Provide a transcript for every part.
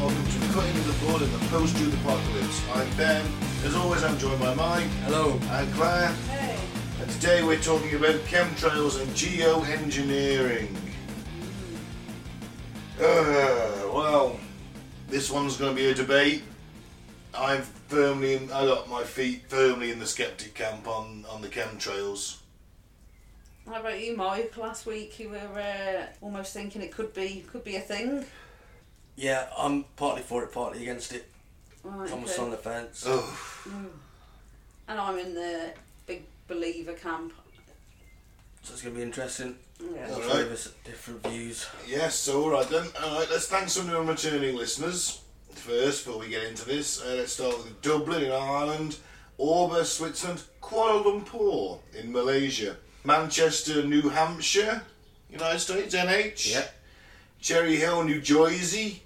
Putting in the ball in the post-Jude apocalypse. I'm Ben. As always, I'm joined by Mike Hello. and Claire. Hey, And today we're talking about chemtrails and geoengineering. Uh, well, this one's going to be a debate. I'm firmly, in, I got my feet firmly in the skeptic camp on, on the chemtrails. how about you, Mike? Last week you were uh, almost thinking it could be could be a thing. Yeah, I'm partly for it, partly against it. Right, I'm okay. just on the fence. Oh, And I'm in the big believer camp. So it's going to be interesting. Yeah. All Alright. three of us at different views. yes, so alright then. Alright, let's thank some new and returning listeners first before we get into this. Uh, let's start with Dublin in Ireland, Orba, Switzerland, Kuala Lumpur in Malaysia, Manchester, New Hampshire, United States, NH. Cherry Hill, New Jersey,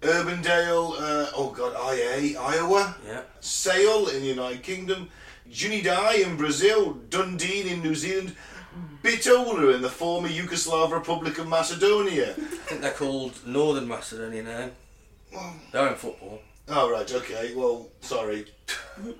Urbandale, uh, oh god, IA, Iowa, Yeah. Sale in the United Kingdom, Junidai in Brazil, Dundee in New Zealand, Bitola in the former Yugoslav Republic of Macedonia. I think they're called Northern Macedonia now. They're in football. oh, right, okay, well, sorry. Dan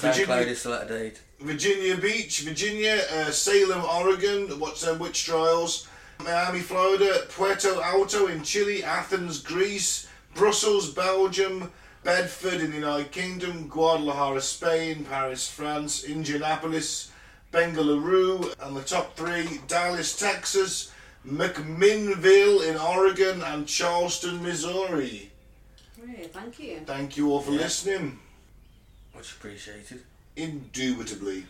Virginia- Cloud is selected aid. Virginia Beach, Virginia, uh, Salem, Oregon, what's them witch trials, Miami, Florida, Puerto Alto in Chile, Athens, Greece, Brussels, Belgium, Bedford in the United Kingdom, Guadalajara, Spain, Paris, France, Indianapolis, Bengaluru, and the top three Dallas, Texas, McMinnville in Oregon, and Charleston, Missouri. Yeah, thank you. Thank you all for Yeah. listening. Much appreciated. Indubitably.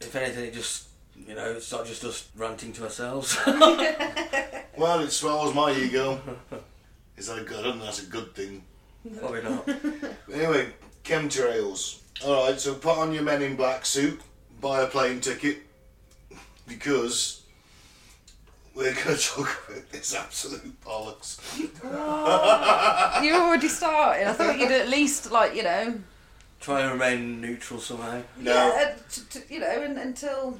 If anything, it just, you know, it's not just us ranting to ourselves. Well, it swells my ego. Is that good? I don't know that's a good thing. Probably not. Anyway, chemtrails. Alright, so put on your men in black suit, buy a plane ticket, because we're going to talk about this absolute bollocks. you already started. I thought you'd at least like you know, Try and remain neutral somehow. No. yeah, uh, t- t- you know, un until.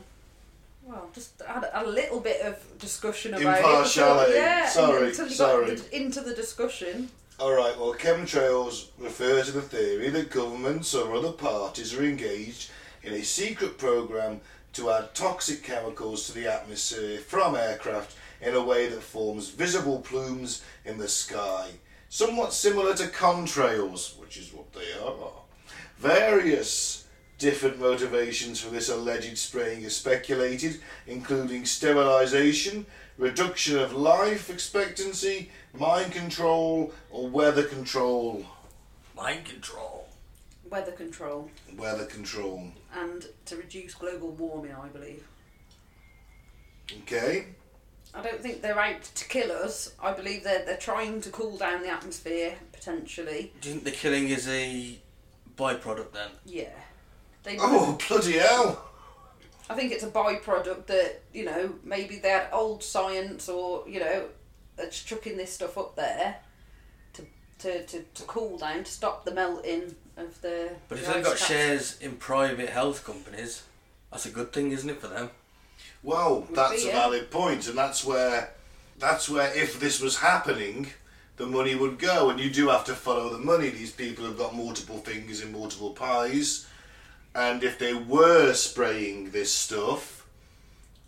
Well, just had a little bit of discussion about Impartiality. it. until- Yeah, Sorry, until you sorry. got the- into the discussion. Alright, well, chemtrails refer to the theory that governments or other parties are engaged in a secret program to add toxic chemicals to the atmosphere from aircraft in a way that forms visible plumes in the sky, somewhat similar to contrails, which is what they are. Various different motivations for this alleged spraying is speculated, including sterilization, reduction of life expectancy, mind control, or weather control. Mind control. Weather control Weather control. and to reduce global warming, I believe. Okay? I don't think they're out to kill us. I believe they're, they're trying to cool down the atmosphere, potentially. Do you think the killing is a byproduct then? Yeah. They, Oh, bloody hell! I think it's a byproduct that, you know, maybe that old science or, you know, that's chucking this stuff up there to, to, to, to cool down, to stop the melting of the. But if the they've ice got caps. shares in private health companies, that's a good thing, isn't it, for them? Well, be, that's a yeah. valid point, and that's where, that's where if this was happening, the money would go, and you do have to follow the money. These people have got multiple fingers in multiple pies, and if they were spraying this stuff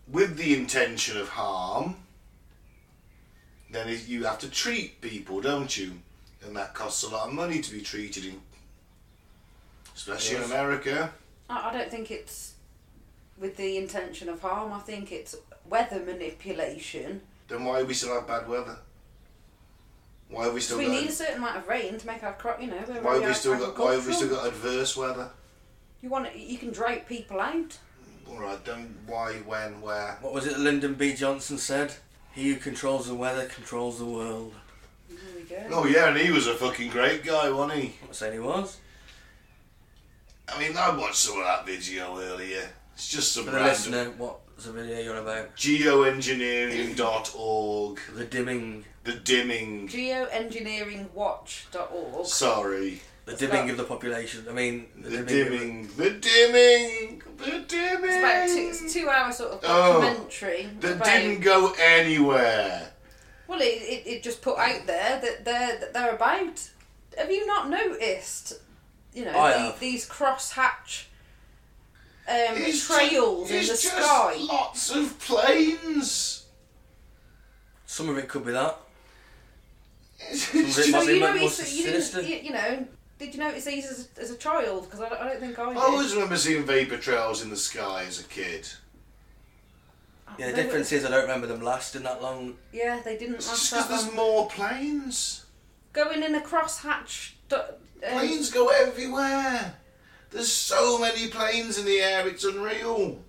with the intention of harm, then it, you have to treat people, don't you? And that costs a lot of money to be treated, in, especially in Yes. America. I, I don't think it's with the intention of harm. I think it's weather manipulation. Then why do we still have bad weather? Why have we still we got need a certain amount of rain to make our crop, you know. we're why have very we still got why have we still agricultural. got adverse weather? You want you can drape people out. All right, then why, when, where? What was it Lyndon B. Johnson said? He who controls the weather controls the world. There we go. Oh yeah, and he was a fucking great guy, wasn't he? I'm not saying he was. I mean, I watched some of that video earlier. It's just some For the random listener, what's the video you're on about? geoengineering.org, The dimming. the dimming. Geoengineeringwatch.org. Sorry, The It's dimming about- of the population. I mean, the, dimming, the dimming, the dimming. It's about two, it's a two hour sort of Oh, documentary. that about, didn't go anywhere. Well, it, it, it just put out there that they're that they're about. Have you not noticed? You know I the, have. these crosshatch um, It's trails ju- in it's the just sky. Lots of planes. Some of it could be that. It's Somebody just- must Well, be you much notice more that you didn't. sinister. You, you know, did you notice these as, as a child? Because I, don't- I don't think I did. I always remember seeing vapor trails in the sky as a kid. Yeah, the They were- difference is I don't remember them lasting that long. Yeah, they didn't It's last just 'cause that long. there's more planes. Going in a crosshatch. Do, um, Planes go everywhere. There's so many planes in the air, it's unreal.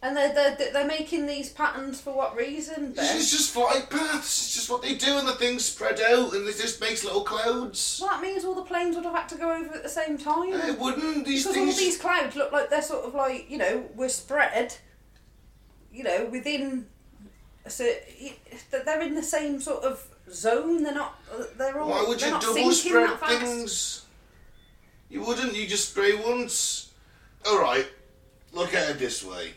and they're, they're, they're making these patterns for what reason, It's, Ben? it's just flight paths. It's just what they do, and the things spread out, and it just makes little clouds. Well, that means all the planes would have had to go over at the same time. And it wouldn't. Uh, These Because all things. these clouds look like they're sort of like, you know, were spread, you know, within. So they're in the same sort of zone. They're not. uh, They're all. Why would they're you not double sinking spread that fast. things? You wouldn't. You just spray once. All right. Look at it this way.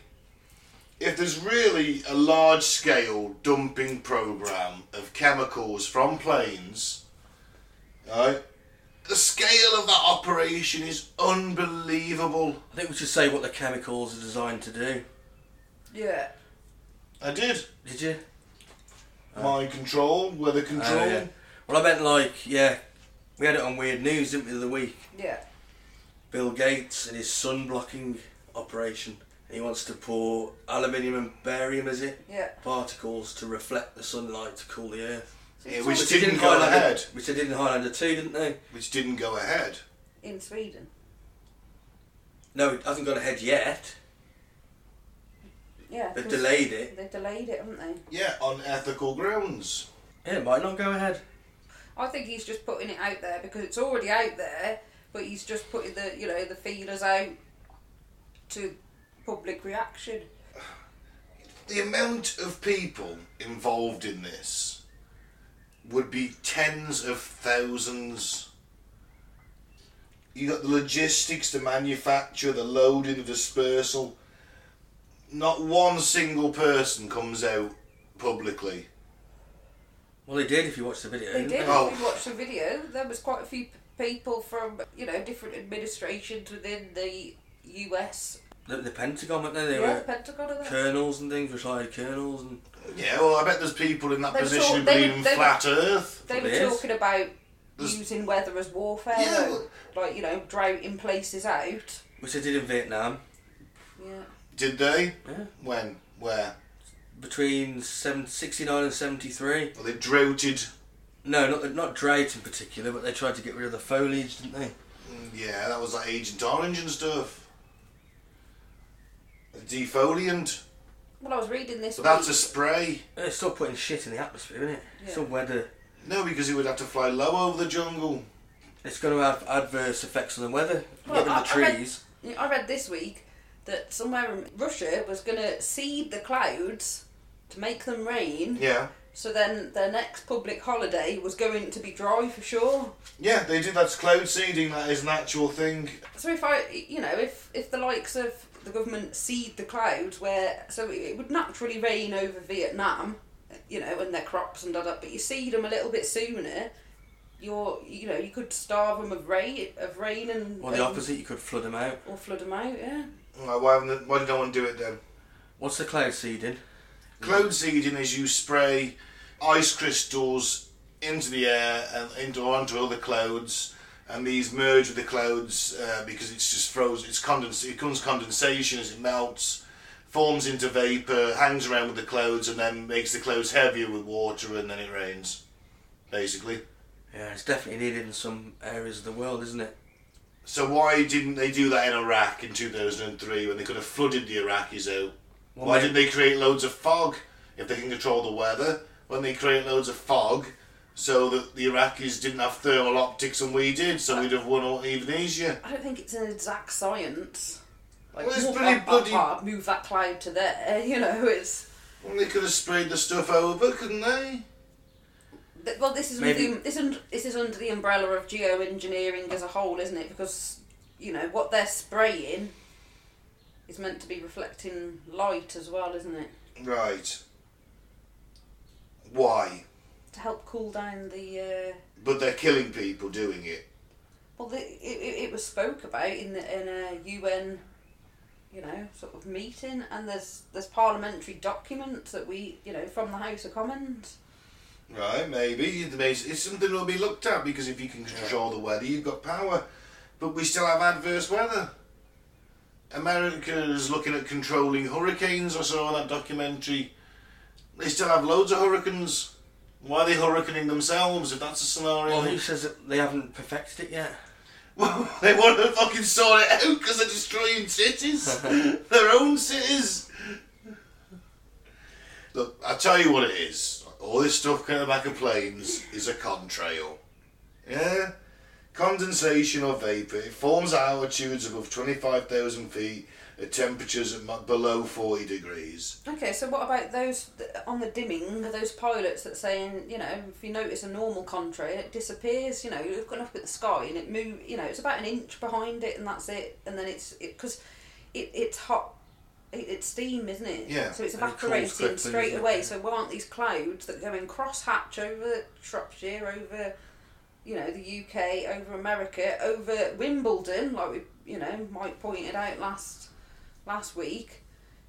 If there's really a large-scale dumping program of chemicals from planes, all right, the scale of that operation is unbelievable. I think we should say what the chemicals are designed to do. Yeah. I did. Did you? Mind control, weather control. Oh, yeah. Well, I meant like, yeah, we had it on Weird News, didn't we, the other week? Yeah. Bill Gates and his sun blocking operation. He wants to pour aluminium and barium, is it? Yeah. Particles to reflect the sunlight to cool the earth. Yeah, which Which they didn't go Highlander- ahead. Which they did in Highlander 2, didn't they? Which didn't go ahead. In Sweden. No, it hasn't gone ahead yet. Yeah. They've 'cause delayed it. They've delayed it, haven't they? Yeah, on ethical grounds. Yeah, it might not go ahead. I think he's just putting it out there because it's already out there, but he's just putting the you know the feelers out to public reaction. the amount of people involved in this would be tens of thousands. You got the logistics, the manufacture, the loading, the dispersal. Not one single person comes out publicly. Well, they did if you watched the video. They didn't did. Oh. We watched the video. There was quite a few p- people from you know different administrations within the U.S. The, the Pentagon, weren't they? They yeah, were Pentagon. and that. colonels and things, retired colonels. and Yeah, well, I bet there's people in that They were position who taught- they believe were- in they were- flat Earth. They were Probably is. talking about There's- using weather as warfare, Yeah, though. like you know droughting places out. Which they did in Vietnam. Yeah. Did they? Yeah. When? Where? Between seven, 69 and 73. Well, they droughted. No, not not drought in particular, but they tried to get rid of the foliage, didn't they? Yeah, that was like Agent Orange and stuff. The defoliant. Well, I was reading this. So that's a week- spray. They're still putting shit in the atmosphere, isn't it? Yeah. Still weather. No, because it would have to fly low over the jungle. It's going to have adverse effects on the weather, Well, even the I- I read- trees. Yeah, I read this week that somewhere in Russia was going to seed the clouds to make them rain. Yeah. So then their next public holiday was going to be dry for sure. Yeah, they did. That's cloud seeding. That is an actual thing. So if I, you know, if if the likes of the government seed the clouds where so it, it would naturally rain over Vietnam, you know, and their crops and da da, but you seed them a little bit sooner. You're, you know, you could starve them of rain, of rain and Or the and- opposite, you could flood them out. or flood them out. Yeah, Like, Why, haven't they- why did no one do it then? What's the cloud seeding? Cloud seeding is you spray ice crystals into the air and into onto other clouds, and these merge with the clouds uh, because it's just frozen. It's condens. It comes condensation as it melts, forms into vapor, hangs around with the clouds, and then makes the clouds heavier with water, and then it rains. Basically. Yeah, it's definitely needed in some areas of the world, isn't it? So why didn't they do that in Iraq in 2003 when they could have flooded the Iraqis out? Well, why may- didn't they create loads of fog if they can control the weather? When they create loads of fog so that the Iraqis didn't have thermal optics and we did, so we'd have won all- even easier. I don't think it's an exact science. Like, Well, it's move pretty that, that bloody- part, move that cloud to there. You know, it's Well, they could have sprayed the stuff over, couldn't they? th- well, this is under Maybe- the, this, un, this is under the umbrella of geoengineering as a whole, isn't it? Because you know what they're spraying is meant to be reflecting light as well, isn't it? Right. Why? cool down the. Uh, But they're killing people doing it. well, the, it, it it was spoke about in the in a UN, you know, sort of meeting, and there's there's parliamentary documents that we, you know, from the House of Commons. Right, maybe. It may- It's something that'll be looked at because if you can control the weather, you've got power. But we still have adverse weather. America is looking at controlling hurricanes. I saw in that documentary. They still have loads of hurricanes. Why are they hurricaning themselves if that's a scenario? Well, who says that they haven't perfected it yet? Well, they want to fucking sort it out because they're destroying cities, their own cities. Look, I tell you what it is. All this stuff coming back of planes is a contrail. Yeah, condensation or vapor. It forms at altitudes above twenty-five thousand feet at temperatures at mu- below forty degrees. Okay, so what about those th- on the dimming? Those pilots that saying, you know, if you notice a normal contrail, it disappears. You know, you've gone up at the sky and it move. You know, it's about an inch behind it, and that's it. And then it's it because it, it's hot. It, it's steam, isn't it? Yeah, So it's and it cools evaporating quickly, straight doesn't it? away. So why aren't these clouds that go in crosshatch over Shropshire, over, you know, the UK, over America, over Wimbledon, like we, you know, Mike pointed out last last week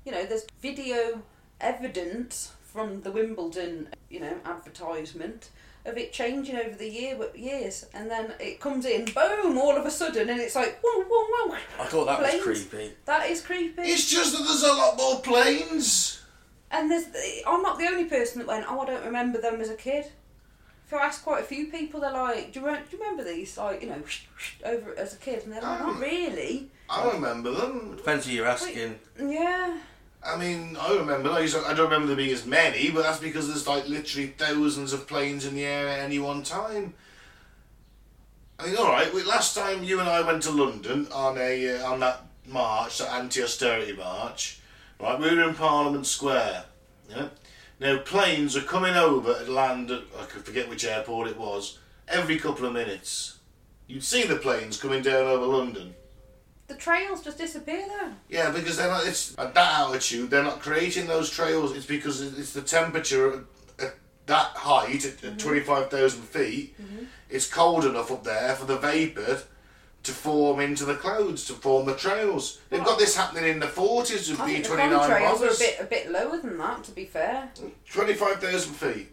you know, there's video evidence from the Wimbledon, you know, advertisement of it changing over the year years, and then it comes in, boom, all of a sudden, and it's like, whoa, whoa, whoa. I thought that Planes. was creepy. That is creepy. It's just that there's a lot more planes. and there's, I'm not the only person that went, oh, I don't remember them as a kid. If you ask quite a few people, they're like, do you, re- do you remember these? Like, you know, over as a kid, and they're like, Oh. not really. I remember them. Depends who you're asking. Yeah. I mean, I remember. I, used to- I don't remember there being as many, but that's because there's like literally thousands of planes in the air at any one time. I mean, all right. We, last time you and I went to London on a uh, on that march, that anti-austerity march, right? We were in Parliament Square. Yeah. Now planes are coming over and land. At, I could forget which airport it was. Every couple of minutes, you'd see the planes coming down over London. The trails just disappear though. Yeah, because they're not. It's at that altitude. They're not creating those trails. It's because it- it's the temperature at, at that height, at, Mm-hmm. at five thousand feet. It's cold enough up there for the vapor to form into the clouds to form the trails. They've got this happening in the forties with I B think the twenty nine contrails are a bombers. bit, a bit lower than that, to be fair. Twenty five thousand feet.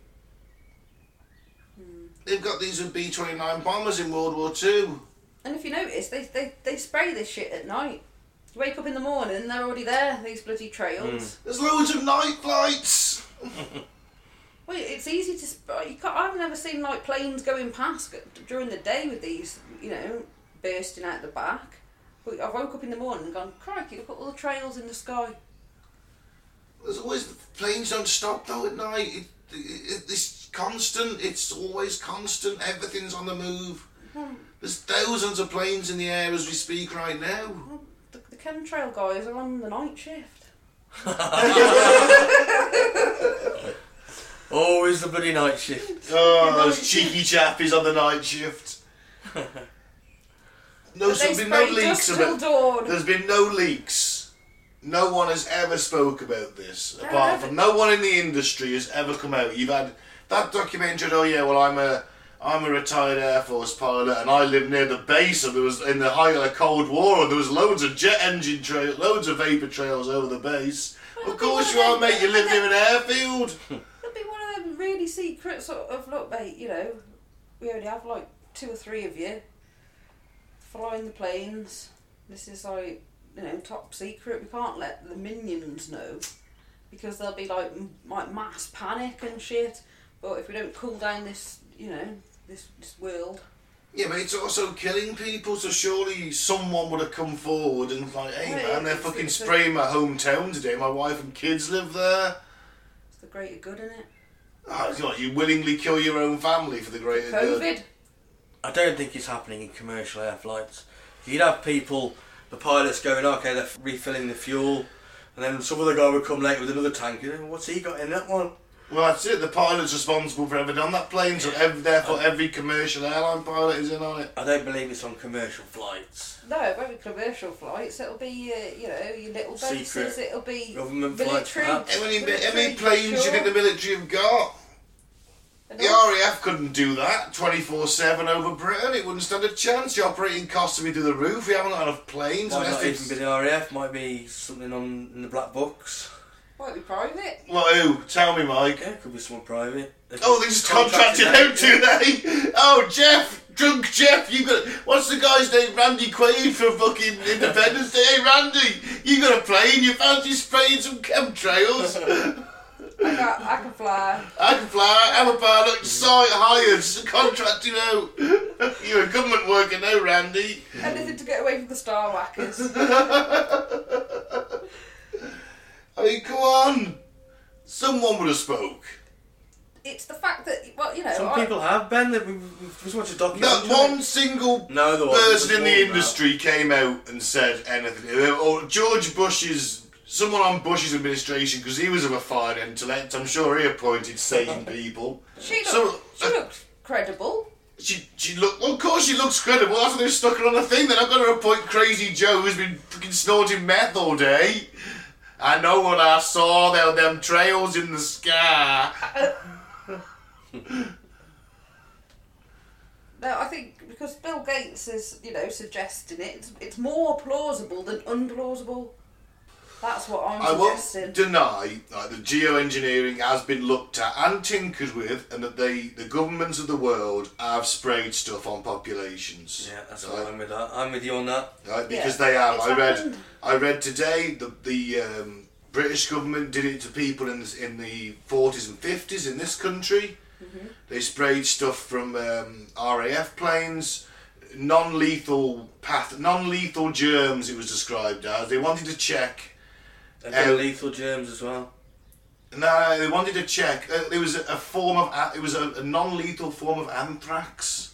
Hmm. They've got these with B twenty nine bombers in World War Two. And if you notice, they, they, they spray this shit at night. You wake up in the morning, they're already there, these bloody trails. There's loads of night flights. Hmm. Well, it's easy to spray. You can't, I've never seen like planes going past during the day with these, you know, bursting out the back. But I woke up in the morning and gone, crikey, look at all the trails in the sky. There's always planes don't stop though at night. It, it, it's constant. It's always constant. Everything's on the move. There's thousands of planes in the air as we speak right now. Well, The, the chemtrail guys are on the night shift. Always the bloody night shift. Oh, those cheeky chappies on the night shift. no, But they there's been no spray leaks dust till about. dawn. There's been no leaks. No one has ever spoke about this. No, apart no, from no one in the industry has ever come out. You've had that documentary. Oh yeah, well I'm a I'm a retired Air Force pilot and I live near the base and there was in the height of the Cold War and there was loads of jet engine trail, loads of vapor trails over the base. Well, of course but you are, then- mate. You live near an airfield. It'll be one of them really secret sort of look, mate. You know, we only have like two or three of you flying the planes. This is like you know top secret. We can't let the minions know because there'll be like m- like mass panic and shit. But if we don't cool down this, you know, this this world, Yeah, but it's also killing people, so surely someone would have come forward and like, hey Well, man, they're it's- fucking it's a- spraying my hometown today. My wife and kids live there. it's the greater good in it. Oh, God, you willingly kill your own family for the greater good. COVID. I don't think it's happening in commercial air flights. You'd have people, the pilots going, okay, they're refilling the fuel, and then some other guy would come later with another tank. You know, what's he got in that one? Well, that's it. The pilot's responsible for everything on that plane, so ev- therefore every commercial airline pilot is in on it. I don't believe it's on commercial flights. No, it won't be commercial flights. It'll be uh, you know your little bases. Secret. It'll be Government flights, military. perhaps. How many, how military, many planes do you think sure. the military have got? And The RAF couldn't do that 24 7 over Britain. It wouldn't stand a chance. The operating costs would be through the roof. We haven't got enough planes. Might unless not they- even be the RAF, might be something on in the black books. Might be private. Well, who? Tell me, Mike. Yeah, it could be someone private. They Oh, could they just contract contracted it out, do they? Oh, Jeff, drunk Jeff, you got. What's the guy's name? Randy Quaid from fucking Independence Day. Hey, Randy, you got a plane? You fancy spraying some chemtrails? I got I can fly. I can fly. I'm a pilot. Sorry, hired. Just a contract, you know. You're a government worker now, Randy. Anything to get away from the star whackers. I mean, come on. Someone would have spoke. It's the fact that well, you know, Some I, people have, Ben. They've, we've, we've watched a Not documentary. one single No, there wasn't. person in There the was more than industry came out and said anything. Or George Bush's, someone on Bush's administration, because he was of a fine intellect, I'm sure he appointed sane people. she looked, So- she uh, looked credible. She, she look well, of course she looks credible. That's why they stuck her on a thing. Then I've got to appoint Crazy Joe who's been fucking snorting meth all day. I know what I saw. There were them trails in the sky. No, I think because Bill Gates is, you know, suggesting it, it's, it's more plausible than unplausible. That's what I'm I suggesting. won't deny that the geoengineering has been looked at and tinkered with, and that they, the governments of the world have sprayed stuff on populations. Yeah, that's right. what I'm with that. I'm with you on that. Right, because Yeah, they have. it's I read. happened. I read today the the um, British government did it to people in the, in the 40s and 50s in this country. Mm-hmm. They sprayed stuff from um, RAF planes, non-lethal path, non-lethal germs. It was described as. They wanted to check They've got Um, lethal germs as well. No, they wanted to check. Uh, it was a, a form of a, it was a, a non-lethal form of anthrax.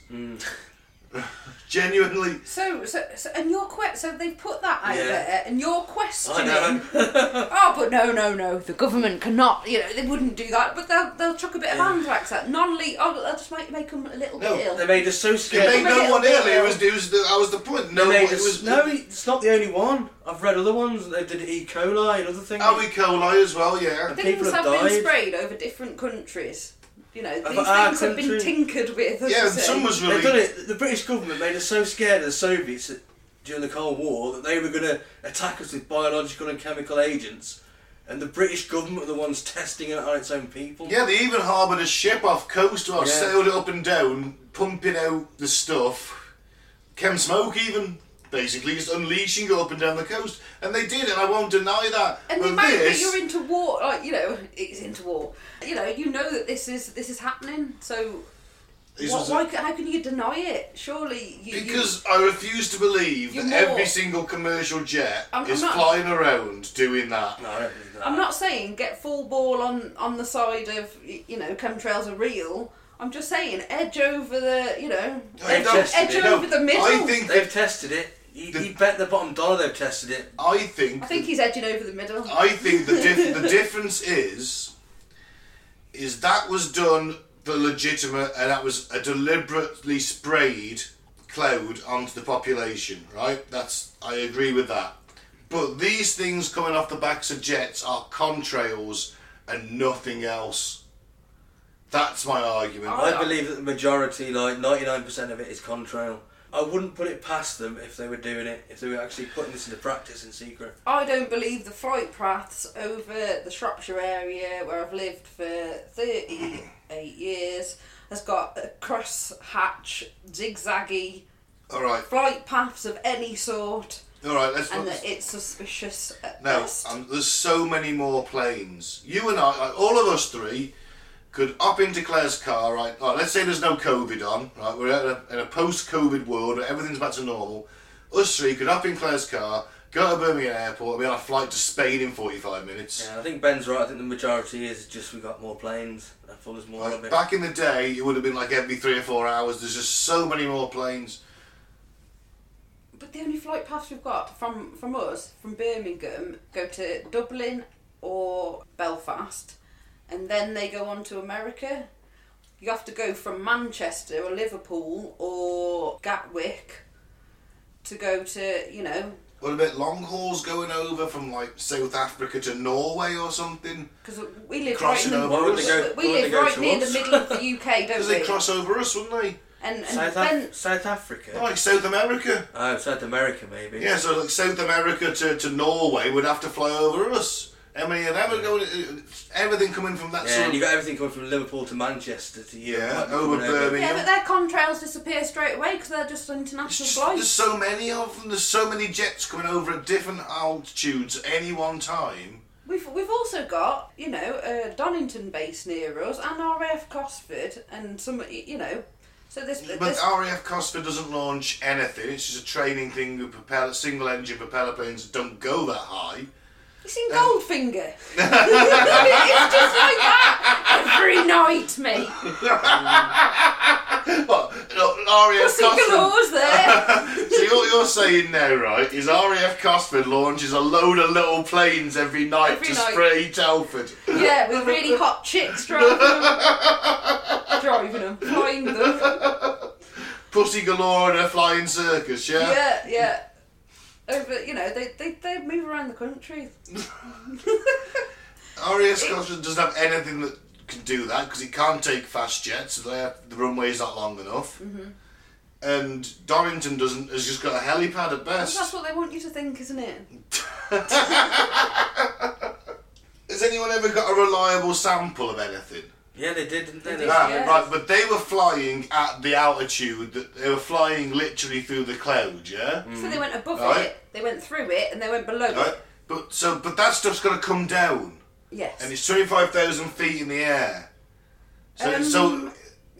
Genuinely, So, so, so, and you're que- so they put that out Yeah. there, and you're questioning. I know. Oh, but no, no, no. The government cannot. You know, they wouldn't do that. But they'll they'll chuck a bit of anthrax at non-leak. Oh, they'll just make make them a little No, bit ill. they made us so scared. it made no Maybe one it'll ill. be It ill. was, it was the, that was the point. No, They one, made it us- was no, it's not the only one. I've read other ones. They did E. coli and other things. Are we coli as well? Yeah. things people have, have been died. sprayed over different countries. You know, Over these our things have been country. tinkered with. as Yeah, you and say. some was They've done really. it. The British government made us so scared of the Soviets that during the Cold War that they were going to attack us with biological and chemical agents, and the British government were the ones testing it on its own people. Yeah, they even harboured a ship off coast or Yeah. sailed it up and down, pumping out the stuff, chem smoke even. Basically, just unleashing it up and down the coast, and they did, and I won't deny that. And the But fact that this- you're into war, like you know, it's into war. You know, you know that this is this is happening. So, this what, was a- why, ca- how can you deny it? Surely you. you- Because I refuse to believe You're that every more- single commercial jet I'm- I'm is not- flying around doing that. No, I don't think that. I'm not saying get full ball on on the side of y- you know chemtrails are real. I'm just saying edge over the you know I They've don't- tested edge it. no, over the middle. I think They've tested it. You, The- you bet the bottom dollar they've tested it. I think I think he's edging over the middle. I think the diff- the difference is is that was done for legitimate and that was a deliberately sprayed cloud onto the population, right? That's I agree with that. But these things coming off the backs of jets are contrails and nothing else. That's my argument. I- I believe that the majority, like 99% of it, is contrail. I wouldn't put it past them if they were doing it, if they were actually putting this into practice in secret. I don't believe the flight paths over the Shropshire area where I've lived for 38 years has got a cross hatch, zigzaggy All right. flight paths of any sort All right, let's. and let's- that it's suspicious at no, best. um, there's so many more planes. You and I, like, all of us three, could up into Claire's car, right? Like, let's say there's no COVID on, right? We're at a, in a post-COVID world where everything's back to normal. Us three could up in Claire's car, go to Birmingham Airport, and be on a flight to Spain in 45 minutes. Yeah, I think Ben's right. I think the majority is just we got more planes. I thought there's more of Like, it. back in the day, it would have been like every three or four hours. There's just so many more planes. But the only flight paths we've got from, from us, from Birmingham, go to Dublin or Belfast, and then they go on to America. You have to go from Manchester or Liverpool or Gatwick to go to, you know, What about long hauls going over from like South Africa to Norway or something? Because we live Crossing right, in the, over Why would they go- we why would live they go right near the towards? middle of the UK, don't Because we? they cross over us, wouldn't they? and and South, then Af- South Africa? Like South America. Oh, South America maybe. Yeah, so like South America to, to Norway would have to fly over us. I mean, and that would go, everything coming from that Yeah, sort and of. you got everything coming from Liverpool to Manchester to Europe. Yeah, like, over whatever. Birmingham. yeah, but their contrails disappear straight away because they're just international There's flights. so many of them. There's so many jets coming over at different altitudes any one time. We've we've also got you know a Donington base near us and RAF Cosford and some you know so this But this RAF Cosford doesn't launch anything. It's just a training thing. with Propeller, single engine propeller planes don't go that high. uh, you seen Goldfinger? it's just like that every night, mate. What? No, RAF Pussy Cosford. galore's there. so what you're saying there, right, is RAF Cosford launches a load of little planes every night Every to night. spray Telford. Yeah, with really hot chicks driving them, driving them, flying them. Pussy galore and a flying circus, yeah? Yeah, yeah. Over, you know, they, they, they move around the country. RAF Cosford doesn't have anything that can do that because it can't take fast jets. So they have, the runway's not long enough. Mm-hmm. And Dorrington doesn't has just got a helipad at That's best. what they want you to think, isn't it? Has anyone ever got a reliable sample of anything? Yeah, they did, didn't they? They Ah, Yeah. Right, but they were flying at the altitude that they were flying literally through the cloud, yeah? So they went above Mm. Right. it, they went through it, and they went below Right? it. But so but that stuff's gonna come down. Yes. And it's twenty five thousand feet in the air. So Um, so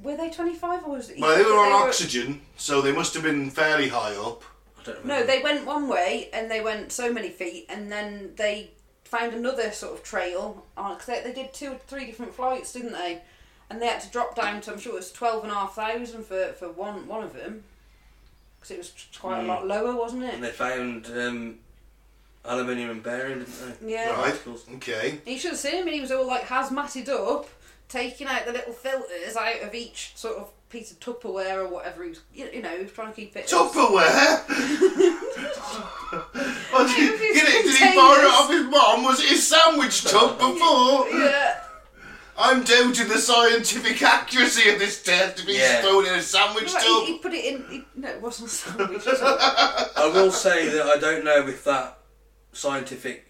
were they 25 or was it? well they were on oxygen, so they must have been fairly high up. I don't remember. No, they went one way and they went so many feet, and then they found another sort of trail because they, they did two or three different flights, didn't they? And they had to drop down to I'm sure it was twelve and a half thousand for for one one of them because it was quite a lot lower, wasn't And it? they found um, aluminium and barium, didn't they? Yeah. Right. Particles. Okay. And you should have seen him, and he was all like hazmated up, taking out the little filters out of each sort of piece of Tupperware or whatever. He was, you you know, he was trying to keep it. Tupperware Well, did, It was he- his did he- did he containers. borrow it off his mom? Was it his sandwich tub before? Yeah. I'm doubting the scientific accuracy of this test if he's Yeah. thrown in a sandwich Right, he, tub. he put it in. He, no, it wasn't a sandwich. it was- I will say that I don't know if that scientific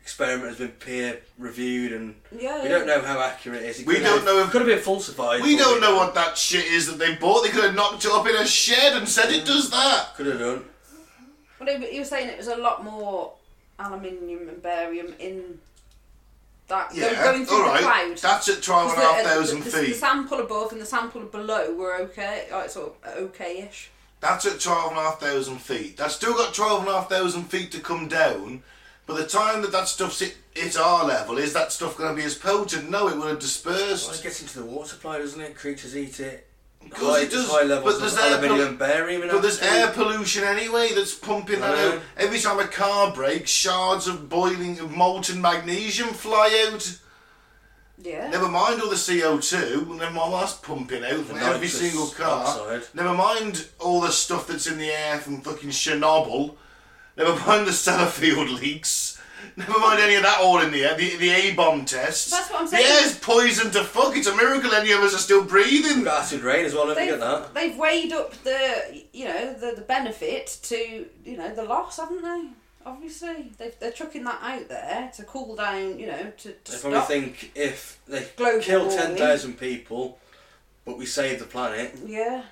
experiment has been peer reviewed and Yeah, we yeah. don't know how accurate it is. It We could don't have- know if- could have been falsified. We but don't know what that shit is that they bought. They could have knocked it up in a shed and said it does that. Could have done. Well, he, he was saying it was a lot more aluminium and barium in that go- Yeah, going through all right. the cloud. That's at twelve and a half thousand the, the, the feet. sample above and the sample below were okay, like sort of okay-ish. That's at twelve and a half thousand feet. That's still got twelve and a half thousand feet to come down. By the time that that stuff's at, at our level, is that stuff going to be as potent? No, it will have Well, it dispersed. gets into the water supply, doesn't it? Creatures eat it. course high, it does, High but levels there's of air aluminium pol- and barium. And But there's everything. air pollution anyway that's pumping that I know. out. Every time a car breaks, shards of boiling of molten magnesium fly out. Yeah. Never mind all the CO2, never mind that's pumping out from The every nitrous single car. oxide. Never mind all the stuff that's in the air from fucking Chernobyl. Never mind the Sellafield leaks. Never mind any of that all in the air. The, the A bomb tests. That's what I'm The saying. air's poisoned to fuck. It's a miracle any of us are still breathing. Got acid rain as well. Don't forget They've, that. they've weighed up the you know the, the benefit to you know the loss, haven't they? Obviously, they've, they're chucking that out there to cool down. You know to, to They stop. probably think if they Global kill warming. ten thousand people, but we save the planet. Yeah.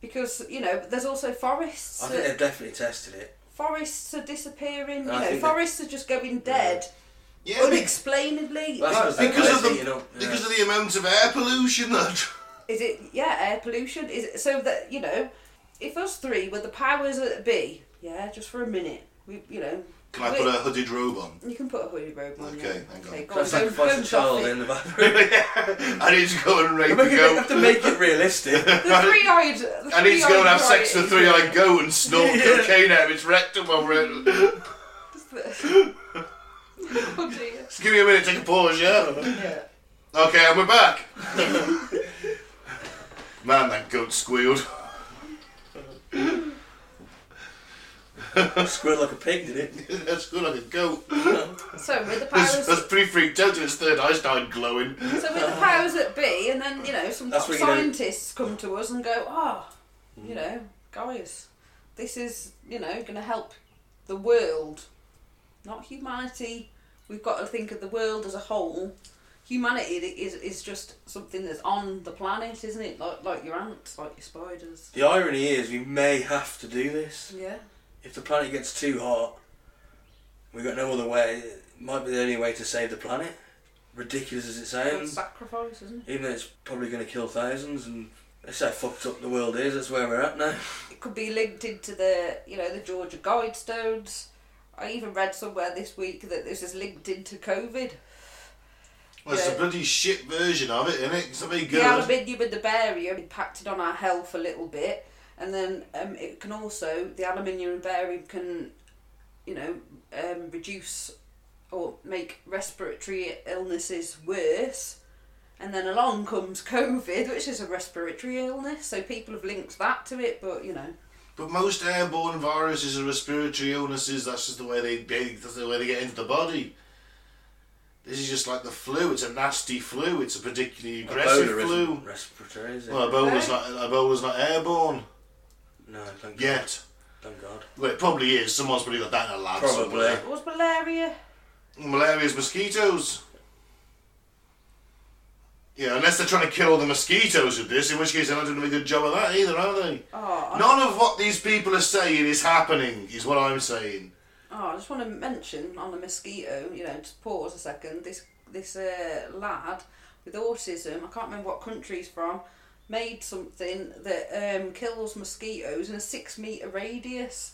Because you know there's also forests. I that- think they've definitely tested it. forests are disappearing. You I know, think forests are just going dead Yeah, be- unexplainably. That's what I was thinking, because of they're heating the up, yeah. because of the amount of air pollution that. Is it yeah air pollution? Is it, so that you know, if us three were the powers that be, yeah, just for a minute, we you know. Can I we- put a hooded robe on? You can put a hoodie robe on. Okay, yeah. hang on. okay, go on. Can I Don't, sacrifice a don't child child in the bathroom? I need to go and rape You a make it- you goat. have to make it realistic. The three-eyed. The I need to go and have three-eyed sex with a variety. three-eyed goat and snort Yeah. cocaine out of its rectum over it. Oh, dear. Just give me a minute, take a pause, yeah? Yeah. Okay, and we're back. Man, that goat squealed. Squirted like a pig, did it? That's good, like a goat. So with the powers, That's, that's pretty freaked out. till His third eye started glowing. so with the powers that be, and then you know some That's top what you know. scientists come to us and go, oh, you know, guys, this is you know going to help the world, not humanity. We've got to think of the world as a whole. Humanity is is just something that's on the planet, isn't it? Like like your ants, like your spiders. The irony is, we may have to do this. Yeah. If the planet gets too hot, we've got no other way. It might be the only way to save the planet. Ridiculous as it Good sounds. sacrifice, isn't Even though it's probably going to kill thousands, and that's how fucked up the world is, that's where we're at now. it? It could be linked into the you know the Georgia Guidestones. I even read somewhere this week that this is linked into COVID. Well, it's a Yeah. bloody shit version of it, isn't it? It's not very The good. aluminium and the barium impacted on our health a little bit, and then um, it can also the aluminium and barium can, you know, um, reduce or make respiratory illnesses worse. And then along comes COVID, which is a respiratory illness. So people have linked that to it, but you know, But most airborne viruses are respiratory illnesses. That's just the way they, they that's the way they get into the body. This is just like the flu. It's a nasty flu. It's a particularly aggressive Ebola flu. isn't respiratory, is it? Well, Ebola's not Ebola's not airborne no, thank God. yet. Thank God. Well, it probably is. Someone's probably got that in a lab Probably. somewhere. what was malaria? Malaria's mosquitoes. Yeah, unless they're trying to kill all the mosquitoes with this, in which case they're not doing a good job of that either, are they? Oh, I- None of what these people are saying is happening, is what I'm saying. Oh, I just want to mention on the mosquito, you know, just pause a second. This this uh, lad with autism, I can't remember what country he's from, made something that um, kills mosquitoes in a six meter radius.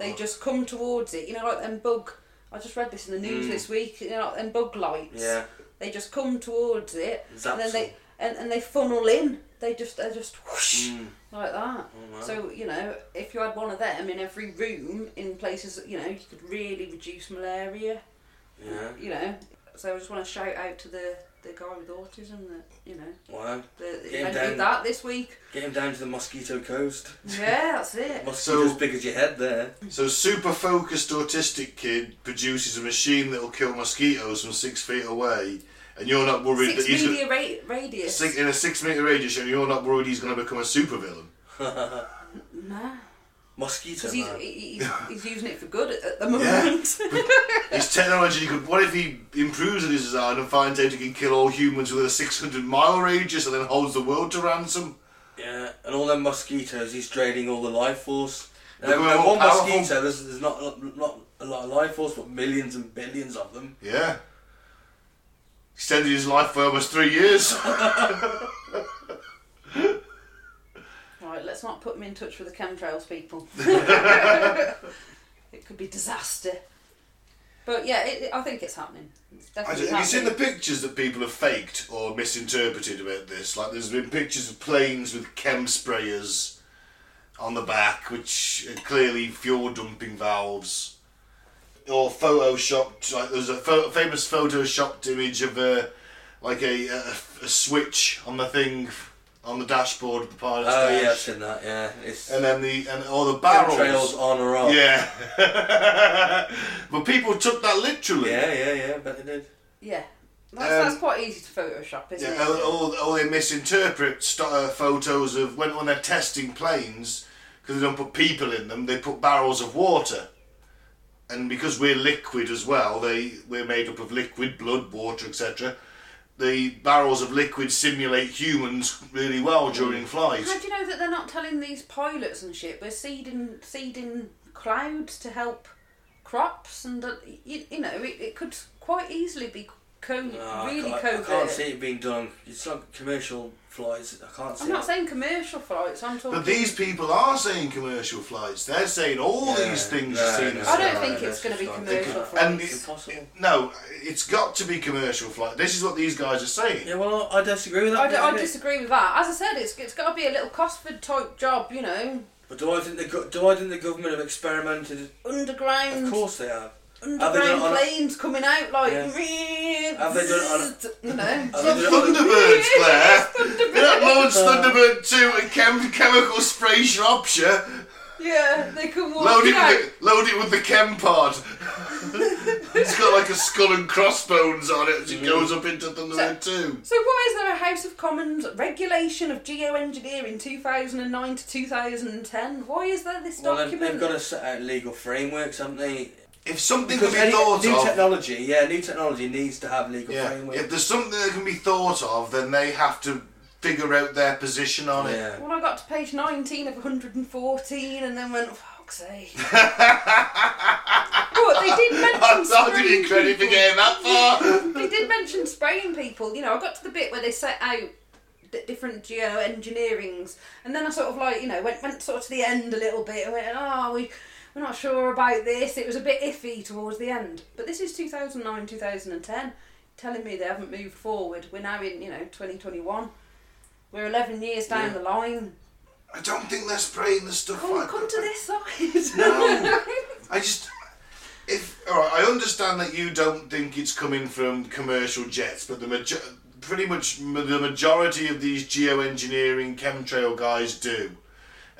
They just come towards it, you know, like them bug. I just read this in the news this week. You know, like them bug lights. Yeah. They just come towards it, Zaps and then them. they and, and they funnel in. They just they just whoosh like that. wow. So you know, if you had one of them in every room in places, that, you know, you could really reduce malaria. Yeah. You know, so I just want to shout out to the the guy with autism that you know Wow. that Get him down. invented that this week. Get him down to the mosquito coast. Yeah, that's it. Mosquitoes So- big as your head there. So, super focused autistic kid produces a machine that will kill mosquitoes from six feet away, and you're not worried Six that he's media ra- radius. six, in a six meter radius, and you're not worried he's going to become a supervillain. Nah, Mosquito because he's, man. he- he's, he's using it for good at, at the moment. His technology could. What if he improves on his design and finds out he can kill all humans within a 600 mile radius and then holds the world to ransom? Yeah, and all them mosquitoes, he's draining all the life force. Look Now, at how one powerful- mosquito, there's, there's not, a- not a lot of life force, but millions and billions of them. Yeah. Extended his life for almost three years. Right, let's not put him in touch with the chemtrails people. it could be disaster. But yeah, it, it- I think it's happening. It's I definitely don't- have you seen happening. the pictures that people have faked or misinterpreted about this? Like, there's been pictures of planes with chem sprayers on the back, which are clearly fuel dumping valves. Or photoshopped, like there's a pho- famous photoshopped image of a like a, a, a switch on the thing on the dashboard of the pilot's Oh, dash. yeah, I've seen that, yeah. It's and then the and all the barrels. trails on or off. Yeah, but people took that literally. yeah, yeah, yeah, bet they did. Yeah, that's, Um, that's quite easy to Photoshop, isn't Yeah, it? or, or, or they misinterpret st- uh, photos of when, when they're testing planes because they don't put people in them. They put barrels of water, and because we're liquid as well, they we're made up of liquid, blood, water, etc. The barrels of liquid simulate humans really well during flight. How do you know that they're not telling these pilots and shit? We're seeding seeding clouds to help crops, and uh, you, you know it, it could quite easily be co- No, Oh, I really can't- I, covert. can't see it being done. It's not commercial flights. I can't see I'm not it. saying commercial flights. I'm talking. But these people are saying commercial flights. They're saying all Yeah, these things. no, you're seeing no, as I don't no, think no, it's going to be it's not. commercial They flights. And It's impossible. No, it's got to be commercial flight. This is what these guys are saying. Yeah, well, I disagree with that. I, d- bit I of it. disagree with that. As I said, it's, it's got to be a little Cosford type job, you know, But do I think the go- do I think the government have experimented? underground, Of course they have. Have they done underground it on a- planes coming out like, Yeah. have they done you know, Have Not they done it on a- Thunderbirds, Claire. Thunderbirds. Thunderbird 2 and chem- Chemical Spray Shropshire. Yeah, they can walk Load it, out. with the, load it with the chem pod. it's got like a skull and crossbones on it as Mm-hmm. it goes up into the lure too. So why is there a House of Commons regulation of geoengineering 2009 to 2010? Why is there this Well, they've, document? they've got to set out legal frameworks, haven't they? If something can Because be any- thought new of, technology, yeah, new technology needs to have legal yeah, frameworks. if there's something that can be thought of, then they have to figure out their position on it. yeah. Well, I got to page 19 of 114 and then went, "Oh, fuck's sake. but they did mention I'll I'll give spraying you credit for people. getting that far. They did mention spraying people. You know, I got to the bit where they set out d- different geoengineerings and then I sort of like, you know, went, went sort of to the end a little bit and went, oh, we, we're not sure about this. It was a bit iffy towards the end. But this is 2009, 2010. Telling me they haven't moved forward. We're now in, you know, 2021. We're 11 years down Yeah. the line. I don't think they're spraying the stuff. Come, like come to that. this side. No. I just. If all right, I understand that you don't think it's coming from commercial jets, but the major, pretty much m- the majority of these geoengineering chemtrail guys do,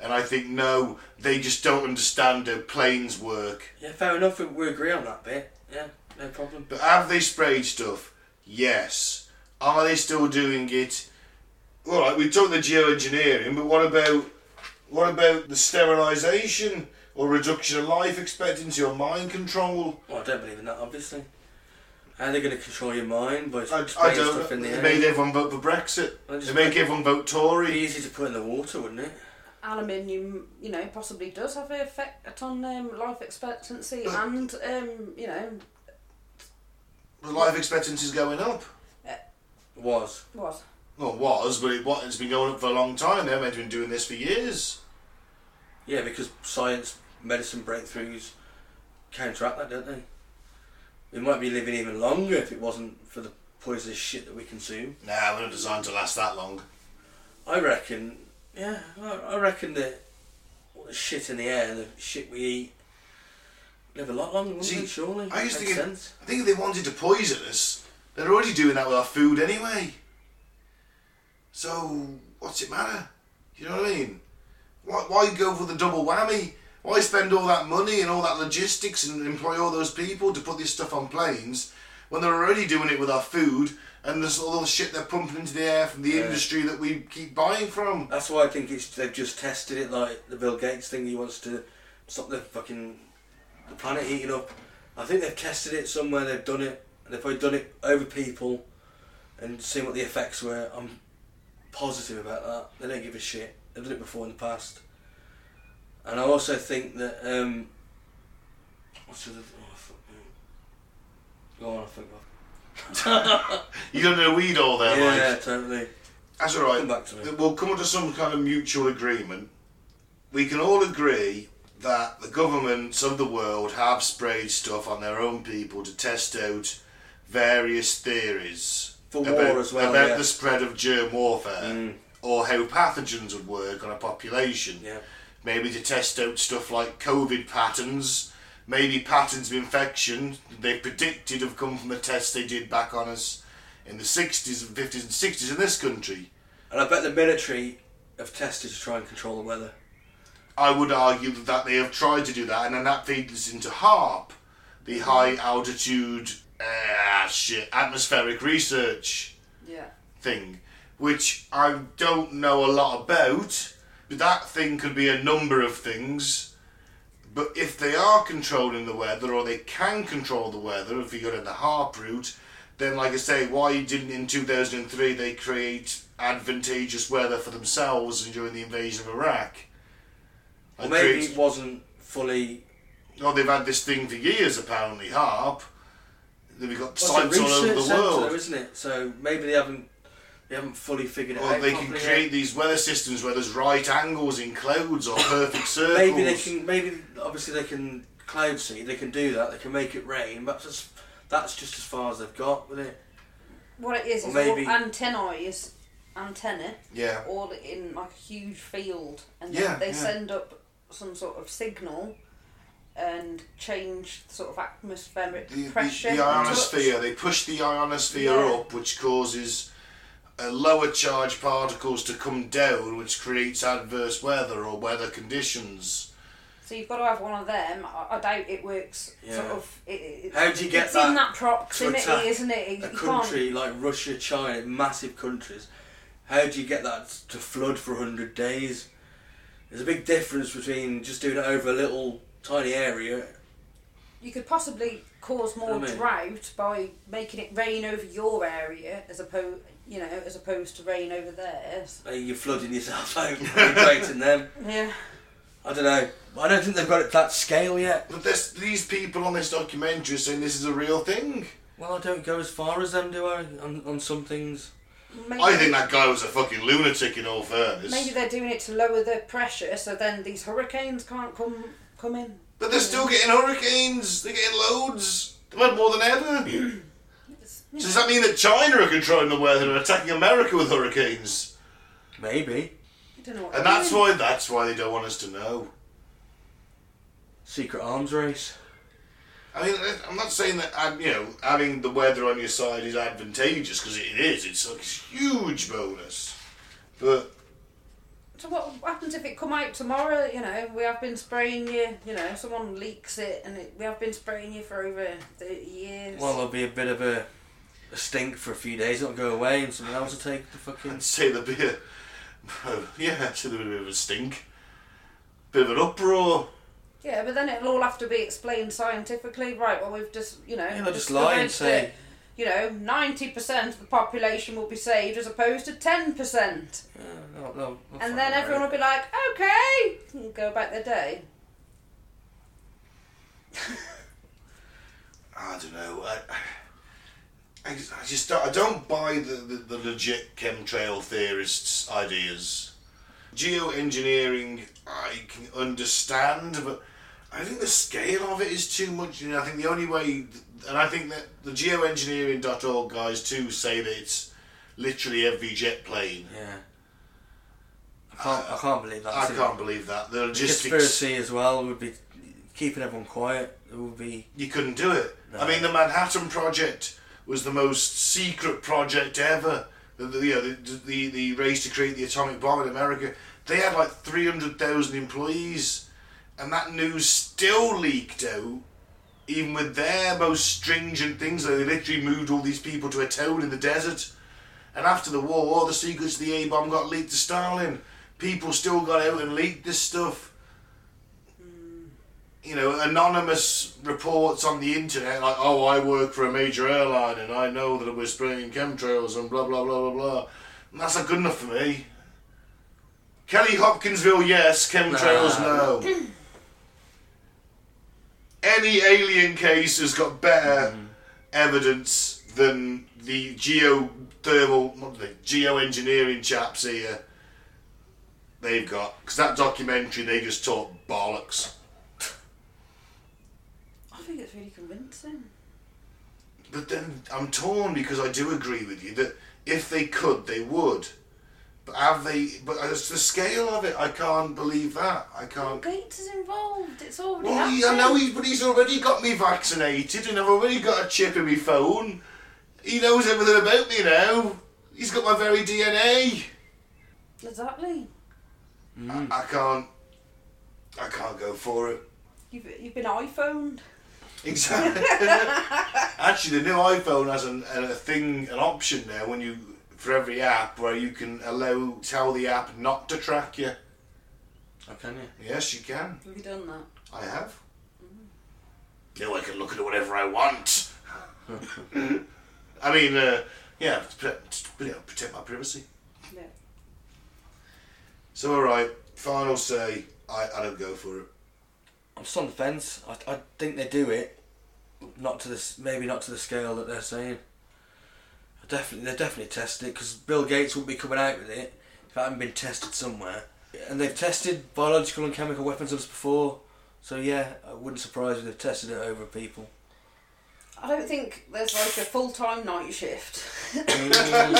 and I think no, they just don't understand how planes work. Yeah, fair enough. We, we agree on that bit. Yeah, no problem. But have they sprayed stuff? Yes. Are they still doing it? All right, we took the geoengineering, but what about what about the sterilisation or reduction of life expectancy or mind control? Well, I don't believe in that, obviously. How are they going to control your mind by I, spraying I don't. stuff in the they air? made everyone vote for Brexit. I They just- make everyone vote It'd be Tory. easy to put in the water, wouldn't it? Aluminium, you know, possibly does have an effect on um, life expectancy and, um, you know, The life expectancy is going up. Was. what? Well, it was, but it, what, it's been going up for a long time. They've been doing this for years. Yeah, because science, medicine breakthroughs counteract that, don't they? We might be living even longer if it wasn't for the poisonous shit that we consume. Nah, we're not designed to last that long. I reckon, yeah, I I reckon that all the shit in the air, the shit we eat, live a lot longer, wouldn't See, we, surely? I just Makes think, sense. I think if they wanted to poison us, they're already doing that with our food anyway. So, what's it matter? You know what I mean? Why, why go for the double whammy? Why spend all that money and all that logistics and employ all those people to put this stuff on planes when they're already doing it with our food and this little shit they're pumping into the air from the industry that we keep buying from? That's why I think it's they've just tested it, like the Bill Gates thing. He wants to stop the fucking the planet heating up. I think they've tested it somewhere. They've done it. and They've probably done it over people, and seen what the effects were. I'm positive about that. They don't give a shit. They've done it before in the past. And I also think that um, what's the other? Oh, fuck me. Go on, I think. You don't know weed all there, Yeah, like. totally. That's all right. Come back to me. We'll come to some kind of mutual agreement. We can all agree that the governments of the world have sprayed stuff on their own people to test out various theories For war about, as well, about yeah. Mm. the spread of germ warfare or how pathogens would work on a population. Yeah. Maybe to test out stuff like COVID patterns. Maybe patterns of infection they predicted have come from the tests they did back on us in the 60s and 50s and 60s in this country. And I bet the military have tested to try and control the weather. I would argue that they have tried to do that, and then that feeds into HARP, the high altitude uh, shit atmospheric research Yeah. thing, which I don't know a lot about. But that thing could be a number of things. But if they are controlling the weather, or they can control the weather, if you go down the harp route, then like I say, why didn't in two thousand and three they create advantageous weather for themselves and during the invasion of Iraq? Or And maybe create- it wasn't fully. Oh, they've had this thing for years, apparently, harp. They've got Well, sites it's a all over research the centre, world. though, isn't it? So maybe they haven't they haven't fully figured it Or out. they can properly yet. create these weather systems where there's right angles in clouds or perfect circles. Maybe they can. Maybe obviously they can cloud seed. They can do that. They can make it rain. But that's that's just as far as they've got with it. What it is Or is maybe- all antennae is antennae Yeah. all in like a huge field and then Yeah, they yeah. send up some sort of signal and change sort of atmospheric The, pressure. the, the and ionosphere. They push the ionosphere Yeah. up, which causes uh, lower charge particles to come down, which creates adverse weather or weather conditions. So you've got to have one of them. I, I doubt it works. Sort Yeah. of. It, it, How do you get it's that in that attack proximity, isn't it? You a can't country like Russia, China, massive countries, how do you get that to flood for 100 days? There's a big difference between just doing it over a little tiny area. you could possibly cause more What I mean. drought by making it rain over your area as opposed you know as opposed to rain over theirs and uh, You're flooding yourself out, you're creating them. yeah I don't know. I don't think they've got it that scale yet. But this, these people on this documentary are saying this is a real thing. Well, I don't go as far as them, do I? On, on some things. maybe, I think that guy was a fucking lunatic in all fairness. maybe they're doing it to lower the pressure so then these hurricanes can't come come in But they're still getting hurricanes. They're getting loads. They've had more than ever. It's- So does that mean that China are controlling the weather and attacking America with hurricanes? Maybe. I don't know what And they're that's doing. why that's why they don't want us to know. Secret arms race. I mean, I- I'm not saying that um, you know having the weather on your side is advantageous because it is. It's like a huge bonus. But so what happens if it come out tomorrow you know we have been spraying you you know someone leaks it and it, we have been spraying you for over 30 years Well, uh, there'll be a bit of a, a stink for a few days. It'll go away, and someone else will take the fucking. I'd say there'd be a yeah, I'd say there'd be a bit of a stink, bit of an uproar. Yeah, but then it'll all have to be explained scientifically, right? Well, we've just you know Yeah, they'll just lie and discovered say- that, you know ninety percent of the population will be saved as opposed to ten percent, Yeah, they'll- they'll- they'll and find then out. everyone will be like, okay, and go about their day. I don't know. I, I, just- I just don't, I don't buy the, the, the legit chemtrail theorists' ideas. Geoengineering, I can understand, but I think the scale of it is too much. And I think the only way, and I think that the geoengineering.org guys too say that it's literally every jet plane. Yeah. I can't. I can't believe that. I can't believe that. The logistics, Conspiracy as well would be keeping everyone quiet. It would be. you couldn't do it. No. I mean, the Manhattan Project was the most secret project ever. The, the, you know, the, the, the race to create the atomic bomb in America. They had like 300,000 employees, and that news still leaked out, even with their most stringent things. They literally moved all these people to a town in the desert. And after the war, all the secrets of the A bomb got leaked to Stalin. People still got out and leaked this stuff. Mm. You know, anonymous reports on the internet, like, oh, I work for a major airline and I know that we're spraying chemtrails and blah, blah, blah, blah, blah. And that's not good enough for me. Kelly Hopkinsville, yes. Chemtrails, Nah. no. Any alien case has got better evidence than the geothermal, not the geoengineering chaps here. They've got because that documentary they just talk bollocks. I think it's really convincing. But then I'm torn because I do agree with you that if they could, they would. But have they? But as the scale of it, I can't believe that. I can't. Gates is involved. It's already Well, happening. he, I know he's, but he's already got me vaccinated, and I've already got a chip in my phone. He knows everything about me now. He's got my very DNA. exactly. I, I can't. I can't go for it. You've you've been iPhoned. Exactly. Actually, the new iPhone has an, a thing, an option now when you for every app where you can allow tell the app not to track you. How can you? Yes, you can. Have you done that? I have. Mm-hmm. Now I can look at whatever I want. I mean, uh, yeah, to protect, you know, protect my privacy. Yeah. So, all right, final say. I, I don't go for it. I'm still on the fence. I, I think they do it, not to this, maybe not to the scale that they're saying. I definitely, they definitely tested it because Bill Gates wouldn't be coming out with it if it hadn't been tested somewhere. And they've tested biological and chemical weapons on us before, so yeah, I wouldn't surprise if they've tested it over people. I don't think there's like a full time night shift. Mm,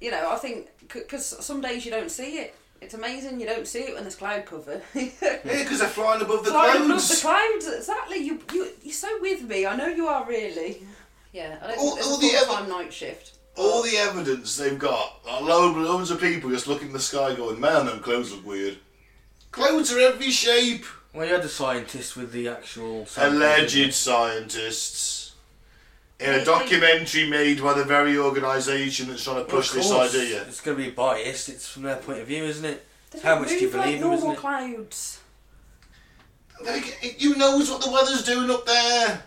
you know, I think because some days you don't see it. It's amazing you don't see it when there's cloud cover. Yeah, because they're flying above the Flying above the clouds. clouds, exactly. You you you're so with me. I know you are really. Yeah, I don't All- think there's all the a ev- full time night shift. All the evidence they've got, like loads, loads of people just looking in the sky going, man, them clouds look weird. Clouds are every shape. Well, you had the scientist with the actual. samples, didn't Alleged scientists. In a They- documentary made by the very organisation that's trying to you? Well, of push this course, idea. It's going to be biased. It's from their point of view, isn't it? They How don't much do you move like believe them, normal isn't it? clouds. Like, you knows what the weather's doing up there.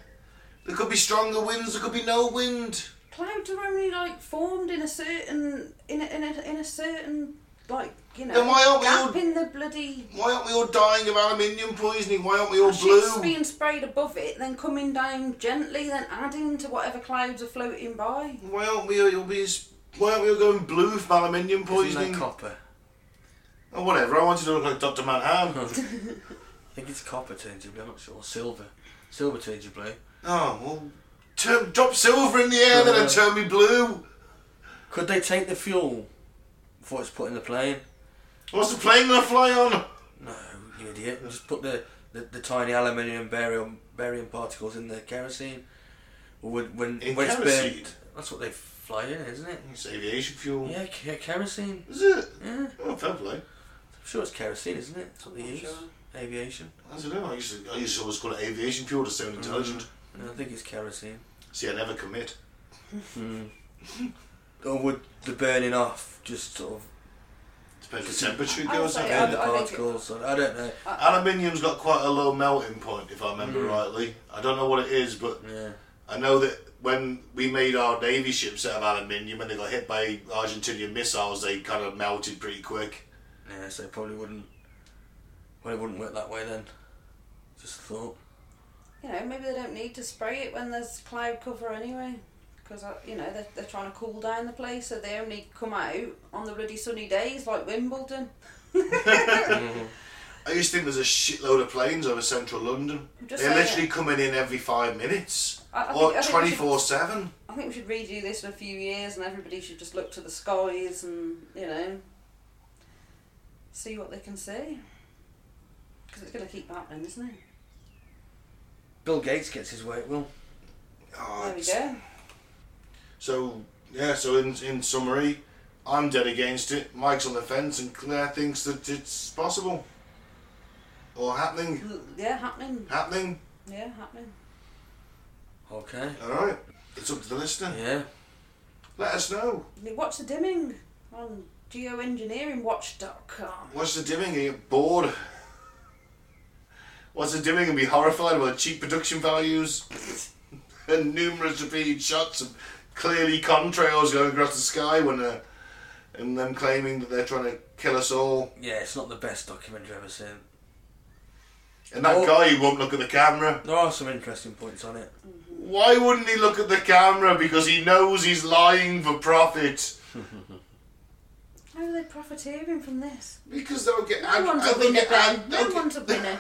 There could be stronger winds. There could be no wind. Clouds are only like formed in a certain in a, in a, in a certain like you know Then why aren't we gap all- in the bloody Why aren't we all dying of aluminium poisoning? Why aren't we all shit's blue? being sprayed above it, then coming down gently, then adding to whatever clouds are floating by. Why aren't we all being? s- Why aren't we all going blue from aluminium Isn't poisoning? that copper? oh, whatever. I wanted to look like Doctor Manhattan. I think it's copper turns you blue. I'm not sure. Silver. Silver turns you blue. oh well, turn, drop silver in the air, then and turn me blue. Could they take the fuel before it's put in the plane? What's the plane gonna fly on? No, you idiot. Just put the, the, the tiny aluminium barium barium particles in the kerosene. Or when when, In when it's kerosene? burned, that's what they fly in, isn't it? It's aviation Mm. fuel. Yeah, ke- kerosene. Is it? Yeah, Oh, fair play. I'm sure it's kerosene, isn't it? That's what they I'm use. sure. Aviation. I don't know. I used to, I used to always call it aviation fuel to sound intelligent. No, I think it's kerosene. See, I never commit. Or would the burning off just sort of Depends what temperature it I goes say up. Yeah, burn in. the I think it- particles? I don't know. Aluminium's got quite a low melting point, if I remember rightly. I don't know what it is, but Yeah. I know that when we made our navy ships out of aluminium and they got hit by Argentinian missiles, they kind of melted pretty quick. Yeah, so it probably wouldn't. Well, it wouldn't work that way then. Just a thought. You know, maybe they don't need to spray it when there's cloud cover anyway. Because, you know, they're, they're trying to cool down the place, so they only come out on the really sunny days like Wimbledon. I used to think there's a shitload of planes over central London. I'm They're just saying. literally coming in every five minutes I- I or think- I think we twenty should- four seven. I think we should redo this in a few years and everybody should just look to the skies and, you know, see what they can see. Because it's going to keep happening, isn't it? Bill Gates gets his way. Well, Oh, There we it's- go. So yeah, so in in summary, I'm dead against it. Mike's on the fence, and Claire thinks that it's possible or happening. Yeah, happening. Happening. Yeah, happening. okay. All right. It's up to the listener. Yeah. Let us know. Watch the dimming on geoengineering watch.com. What's the doing? Are you bored? What's the doing? And be horrified by cheap production values and numerous repeated shots of clearly contrails going across the sky when uh, and them claiming that they're trying to kill us all. Yeah, it's not the best documentary I've ever seen. And that Oh. guy who won't look at the camera. There are some interesting points on it. Why wouldn't he look at the camera? Because he knows he's lying for profit. How are they profiteering from this? Because they'll get. No ad- one's they'll a winner, get Ben. ad- No they'll get- one's a winner.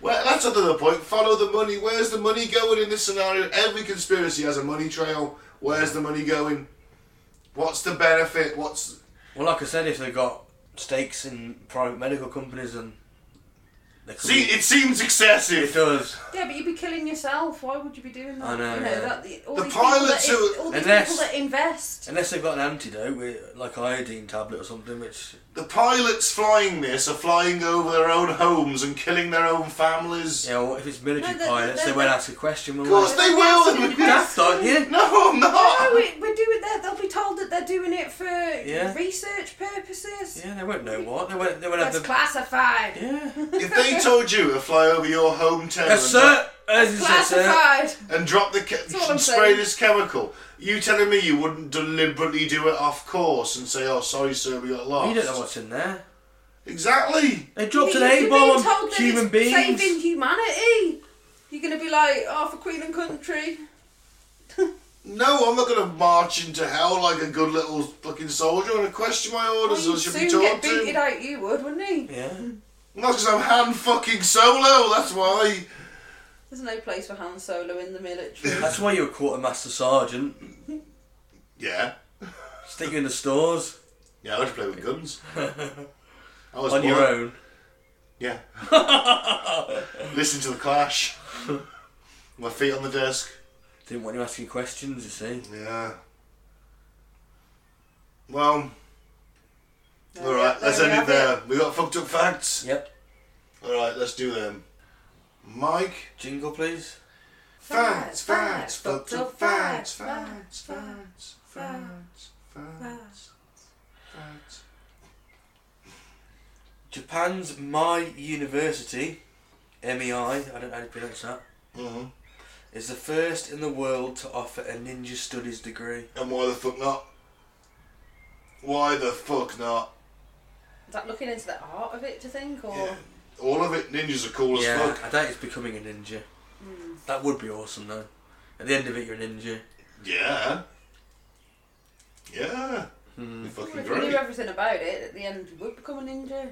Well, that's another point. Follow the money. Where's the money going in this scenario? Every conspiracy has a money trail. Where's the money going? What's the benefit? What's Well, like I said, if they got stakes in private medical companies and they could see? be- It seems it excessive. does. Yeah, but you'd be killing yourself. Why would you be doing that? I know, You yeah. that the, all The these people pilots that, who- all these Unless- people that invest. Unless they've got an antidote, with, like iodine tablet or something, which The pilots flying this are flying over their own homes and killing their own families. you know, if it's military No, they- pilots, they- they won't ask a question. Of course they will. Daft, aren't you? No, I'm No, not. we- we're doing that. They'll be told that they're doing it for Yeah. research purposes. Yeah, they won't know what. They won't. They won't have That's the. classified. yeah. If they told you to fly over your hometown Yes, and, sir. As you said, sir. Classified. and drop the ke- all I'm spray saying. this chemical, you telling me you wouldn't deliberately do it off course and say, "Oh, sorry, sir, we got lost." You don't know what's in there. Exactly. They dropped You- an you're A bomb being told on that human it's beings. Saving humanity. You're going to be like, oh, for Queen and Country. No, I'm not going to march into hell like a good little fucking soldier. I'm going to question my orders Well, or you'd should soon be talked get to. beated out, you would, wouldn't he? Yeah. Not because I'm hand fucking solo, that's why. There's no place for Han Solo in the military. That's why you're a quartermaster sergeant. Yeah. Stick you in the stores Yeah, I would play with guns. I was on your born- own. Yeah. Listen to the clash. my feet on the desk. Didn't want you asking questions, you see. Yeah. Well, There we alright, go- let's we end it have there. We got fucked up facts. Yep. All right, let's do them. Mike. Jingle, please. Facts, facts, fucked up facts, facts, facts, facts, facts, facts. Japan's My University, MEI, I don't know how to pronounce that, Mm-hmm. is the first in the world to offer a ninja studies degree. And why the fuck not? Why the fuck not? Is that looking into the art of it, do you think? Or Yeah. All of it, ninjas are cool as yeah, fuck. I doubt it's becoming a ninja. Hmm. That would be awesome though. At the end of it, you're a ninja. Yeah. Yeah. You're Well, fucking if you knew great. everything about it, at the end you would become a ninja.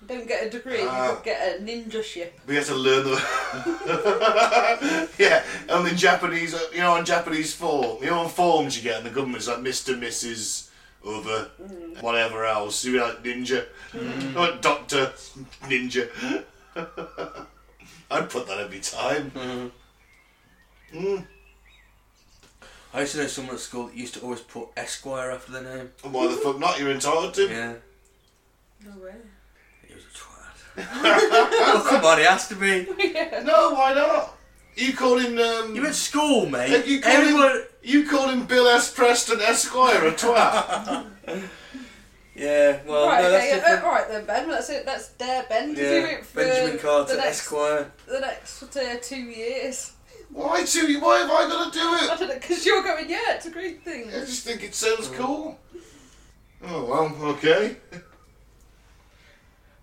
You don't get a degree, Ah. you could get a ninja ship. We had to learn the. yeah, and the Japanese, uh, you know, on Japanese form, you know, on forms you get in the government's like Mr., Mrs., other, whatever else. You be like ninja, or doctor, ninja. I'd put that every time. I used to know someone at school that used to always put Esquire after their name. And why the fuck not? You're entitled to. Yeah. No way. He was a twat. oh, come on, he has to be. No, why not? You call him. Um, You're at school, mate. you call Everyone. him. You call him Bill S. Preston Esquire a twat. Yeah, well, right, no, that's okay, different. uh, right then, Ben. Let's it. Let's dare Ben to do yeah, it for Benjamin Carter, the next Esquire. the next uh, two years. why two? Why have I got to do it? I don't know because you're going. Yeah, it's a great thing. I just think it Mm. sounds cool. Oh well, okay.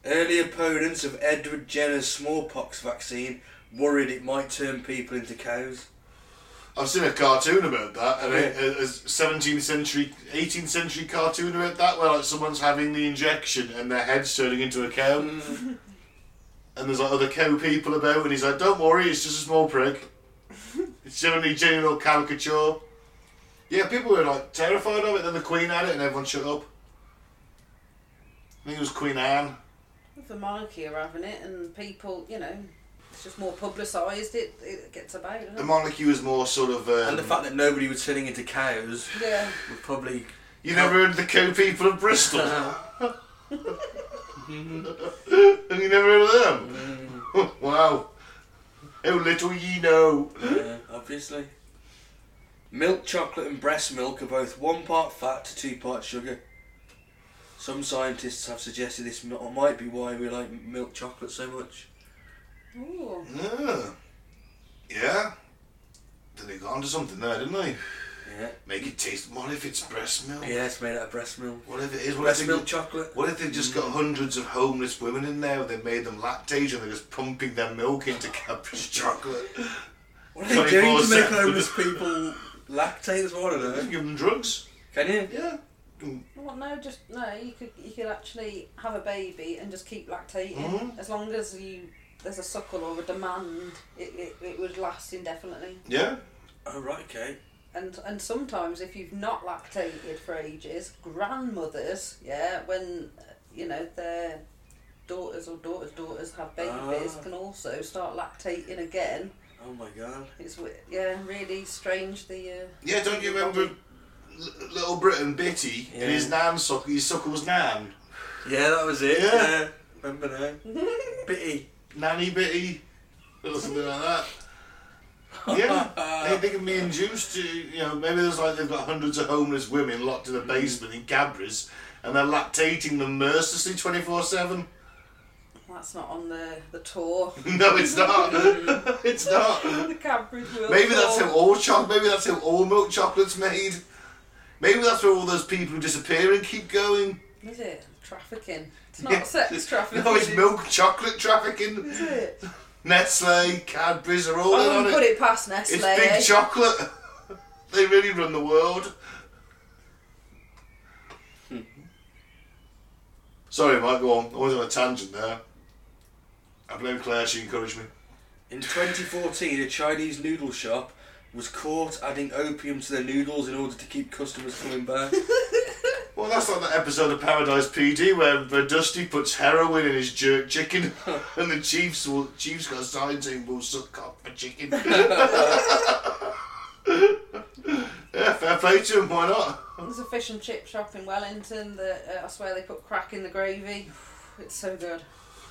Early opponents of Edward Jenner's smallpox vaccine worried it might turn people into cows. I've seen a cartoon about that, and Yeah. a, a, a 17th century, 18th century cartoon about that, where like someone's having the injection and their head's turning into a cow, Mm. and there's like other cow people about, and he's like, "Don't worry, it's just a small prick." it's generally general caricature. Yeah, people were like terrified of it. Then the Queen had it, and everyone shut up. I think it was Queen Anne. The monarchy are having it, and people, you know, it's just more publicised. It it gets about. The doesn't it? monarchy was more sort of. Um, Oh. And the fact that nobody was turning into cows yeah. would probably You never heard of the cow people of Bristol? and you never heard of them? Mm. wow. How little ye know. Yeah, obviously. Milk chocolate and breast milk are both one part fat to two parts sugar. Some scientists have suggested this mi- might be why we like milk chocolate so much. Ooh. Ah. Yeah. yeah. Then they got onto something there, didn't they? Yeah. Make it taste. What if it's breast milk? Yeah, it's made out of breast milk. What if it is? What Breast if milk they, chocolate. Mm. what if they've just got hundreds of homeless women in there? They made them lactate and they're just pumping their milk into Cadbury's chocolate. What are they doing to make 24/7? homeless people lactate? That's what I don't know. Give them drugs. Can you? Yeah. Well, no, just no. You could you could actually have a baby and just keep lactating Mm-hmm. Mhm. as long as you there's a suckle or a demand. It, it, it would last indefinitely. Yeah. Oh, right, okay. And and sometimes if you've not lactated for ages, grandmothers, yeah, when uh, you know their daughters or daughters' daughters have babies, Ah. can also start lactating again. Oh my god. It's wi- yeah, really strange. The uh, Yeah, don't you remember L- Little Britain Bitty Yeah. and his nan suck his suckle's nan? Yeah, that was it. Yeah. Yeah. Remember now? Bitty. Nanny Bitty or something like that. Yeah. they, they can be induced to you know, maybe there's like they've got hundreds of homeless women locked in a basement in Cadbury's and they're lactating them mercilessly twenty four seven. that's not on the the tour. No it's not. it's not. the Cambridge World. Maybe that's Tour. how all choc maybe that's how all milk chocolate's made. Maybe that's where all those people who disappear and keep going. Is it trafficking? It's Yeah. not sex trafficking. No, it's milk chocolate trafficking. Is it? Nestle, Cadbury's are all I in on it. wouldn't put it past Oh, Nestle. It's big chocolate. they really run the world. Sorry, Mike, go on. I was on a tangent there. I blame Claire, she encouraged me. In 2014, a Chinese noodle shop was caught adding opium to their noodles in order to keep customers coming back. Well, that's like that episode of Paradise PD where, where Dusty puts heroin in his jerk chicken and the Chiefs will, Chiefs got a sign saying, we'll suck cock for chicken. yeah, fair play to him, why not? There's a fish and chip shop in Wellington that uh, I swear they put crack in the gravy. It's so good.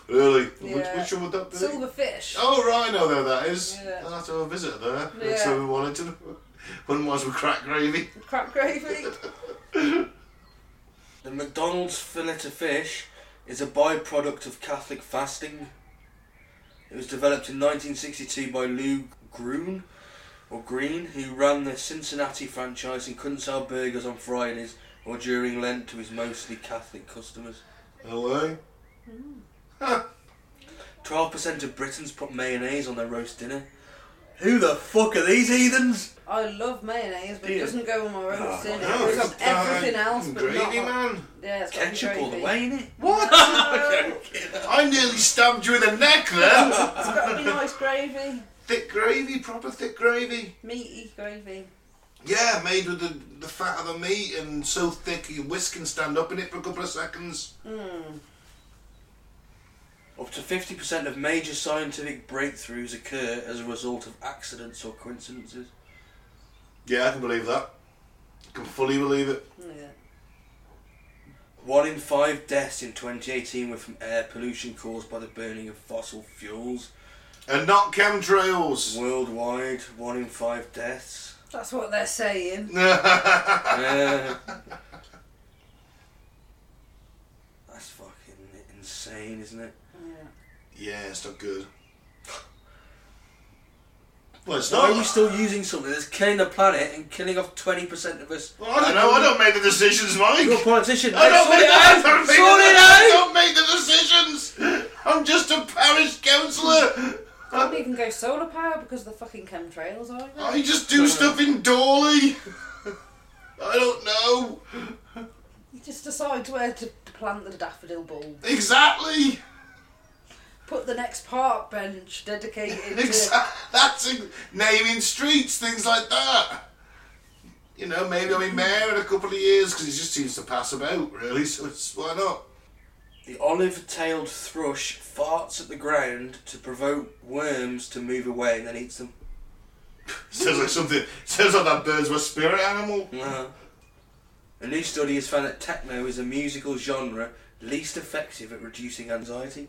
Really? Yeah. Which, which one would that be? Silverfish. Oh, right, no, there that is. Yeah. I'll have to have a visit there. Yeah. So we wanted to. One was with crack gravy. Crap gravy. The McDonald's fillet of fish is a byproduct of Catholic fasting. It was developed in 1962 by Lou Green, or Green, who ran the Cincinnati franchise and couldn't sell burgers on Fridays or during Lent to his mostly Catholic customers. No way. 12% of Britons put mayonnaise on their roast dinner. Who the fuck are these heathens? I love mayonnaise, but it Yeah. doesn't go on my roast. in it No, goes on Oh, it's everything uh, else, but gravy, not. on- man. Yeah, it's got Ketchup all the gravy. way, innit? What? I nearly stabbed you in the neck there. It's got to be nice gravy, thick gravy, proper thick gravy. meaty gravy. Yeah, made with the, the fat of the meat and so thick your whisk can stand up in it for a couple of seconds. Up to 50% of major scientific breakthroughs occur as a result of accidents or coincidences. Yeah, I can believe that. can fully believe it. Yeah. One in five deaths in 2018 were from air pollution caused by the burning of fossil fuels. And not chemtrails. Worldwide, one in five deaths. That's what they're saying. Uh, that's fucking insane, isn't it? Yeah. yeah, it's not good. Well, it's Why not. are we still using something that's killing the planet and killing off 20% of us? Well, I don't know. I don't make the decisions, Mike. You're a politician. I mate, don't sort make it the, I out! don't make, Sort the, it I don't out! make the decisions. I'm just a parish councillor. I wouldn't even go solar power because of the fucking chemtrails, are you? I just do stuff in Dorley. I don't know He just decides where to, to plant the daffodil bulb. exactly. Put the next park bench dedicated to. Exa- That's ex- naming streets, things like that. You know, maybe I'll be mayor in a couple of years because he just seems to pass about, really. So it's, why not? The olive tailed thrush farts at the ground to provoke worms to move away and then eats them. Sounds like something. Sounds like that bird's my spirit animal. Uh-huh. A new study has found that techno is a musical genre least effective at reducing anxiety.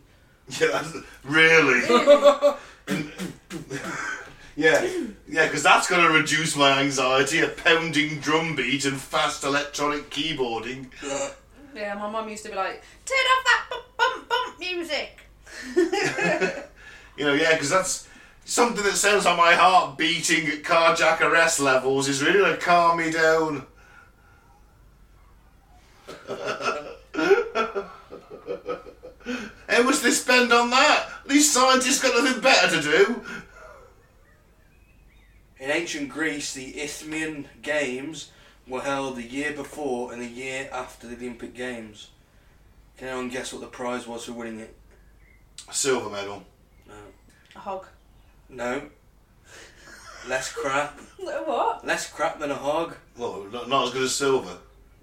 Yeah, that's, really. Yeah, yeah, because that's going to reduce my anxiety. A pounding drum beat and fast electronic keyboarding. yeah, my mum used to be like, turn off that bump bump bump music. You know, yeah, because that's something that sounds like my heart beating at cardiac arrest levels is really going to calm me down. How much they spend on that? These scientists got nothing better to do. In ancient Greece, the Isthmian Games were held the year before and the year after the Olympic Games. Can anyone guess what the prize was for winning it? Silver medal. No. A hog. No. Less crap. A what? Less crap than a hog. Well, not, not as good as silver.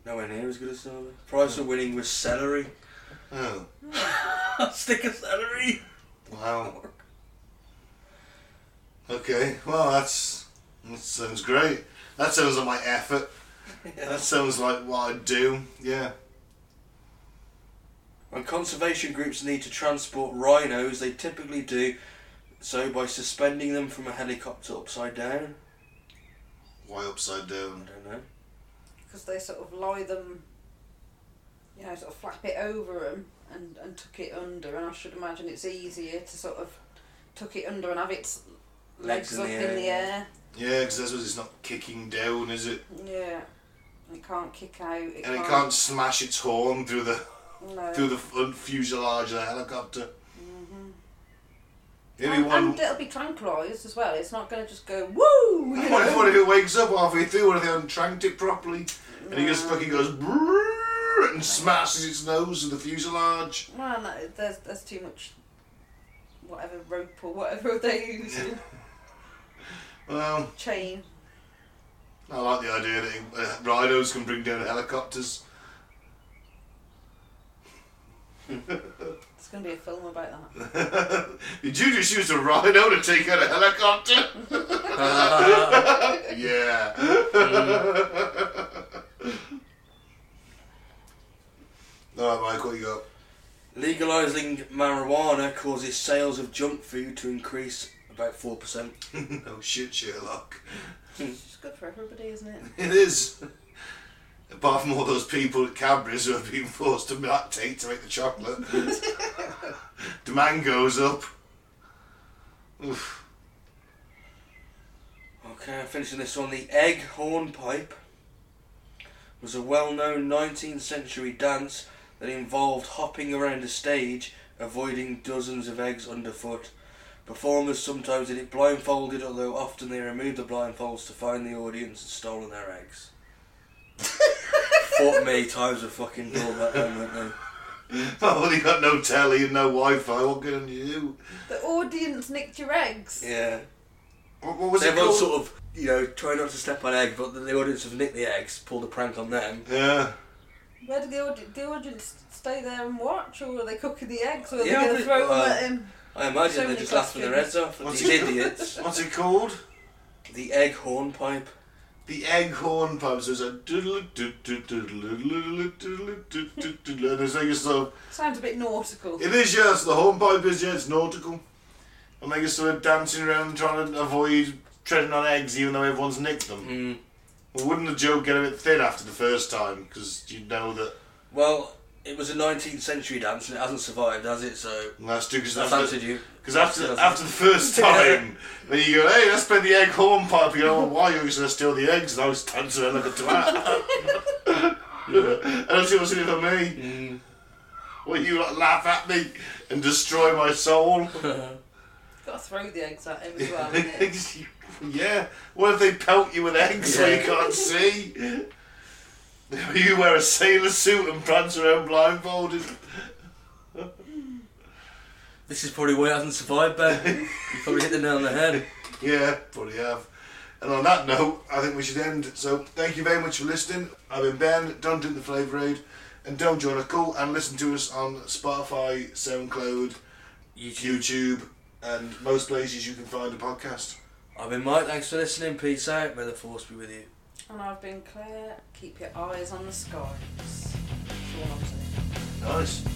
Nowhere near as good as silver. Prize for winning was celery. Oh, Stick of celery. wow. Okay, well that's that sounds great. That sounds like my effort. That sounds like what I do. Yeah. When conservation groups need to transport rhinos, they typically do so by suspending them from a helicopter upside down. Why upside I down? don't know. Because they sort of lie them, you know, sort of flap it over them and, and tuck it under. And I should imagine it's easier to sort of tuck it under and have its legs, Legs in up the in air, the yeah. air. Yeah, because that's what it's not kicking down, is it? Yeah. It can't kick out. It And it can't, can't smash its horn through the No. through the f- fuselage of the helicopter. The only Mm-hmm. and, one. and it'll be tranquilised as well. It's not going to just go woo. You What if, what know? if it wakes up halfway through? What if they haven't tranked it properly? And he just fucking goes brrrr and smashes its nose with the fuselage. Man, that, there's there's too much. Whatever rope or whatever they use, Well, chain. I like the idea that uh, rhinos can bring down helicopters. It's going to be a film about that. Did you just use a rhino to take out a helicopter? yeah. All right, Mike, what you got? Legalising marijuana causes sales of junk food to increase about 4%. oh shit, Sherlock. It's good for everybody, isn't it? It is. Apart from all those people at Cadbury's who have been forced to lactate to make the chocolate. Demand goes up. Oof. Okay, I'm finishing this one. The egg hornpipe was a well known 19th century dance that involved hopping around a stage, avoiding dozens of eggs underfoot. Performers sometimes did it blindfolded, although often they removed the blindfolds to find the audience had stolen their eggs. Fuck me, times were fucking dull back then, weren't they? I've only got no telly and no Wi-Fi. What can you do? The audience nicked your eggs. Yeah. What, what was So it everyone called? sort of, you know, trying not to step on egg, but the, the audience have nicked the eggs, pulled a prank on them. Yeah. Where did the, audi- the audience stay there and watch, or were they cooking the eggs? Were Yeah, uh, they going they- to throw well, them at him? I imagine So they're many just laughing their questions. heads off at What's these it- idiots. What's it called? The egg hornpipe. The egg horn pipes. There's a doodle doodle doodle doodle doodle doodle doodle. And there's like a sort of Sounds a bit nautical. It is, yes. The hornpipe is, yes, nautical. And they just sort of dancing around trying to avoid treading on eggs even though everyone's nicked them. Mm. Well, wouldn't the joke get a bit thin after the first time? Because you know that. Well, it was a 19th century dance and it hasn't survived, has it? So and That's true, because that's after, answered you. 'cause after, That's- after the first time, then you go, hey, let's play the egg hornpipe. You go, why are you going to steal the eggs? And I was dancing around like a twat. and that's what it for me. Mm. Well, you lot laugh at me and destroy my soul. Got to throw the eggs at him as well. innit? yeah. What if they pelt you with eggs so you Yeah. can't see? You wear a sailor suit and prance around blindfolded. This is probably why it hasn't survived, Ben. you probably hit the nail on the head. Yeah, probably have. And on that note, I think we should end. So thank you very much for listening. I've been Ben. Don't drink the flavour aid, and don't join a cult. And listen to us on Spotify, SoundCloud, YouTube. YouTube, and most places you can find a podcast. I've been Mike, thanks for listening. Peace out. May the force be with you. And I've been Claire. Keep your eyes on the skies. That's all I'm saying. Nice.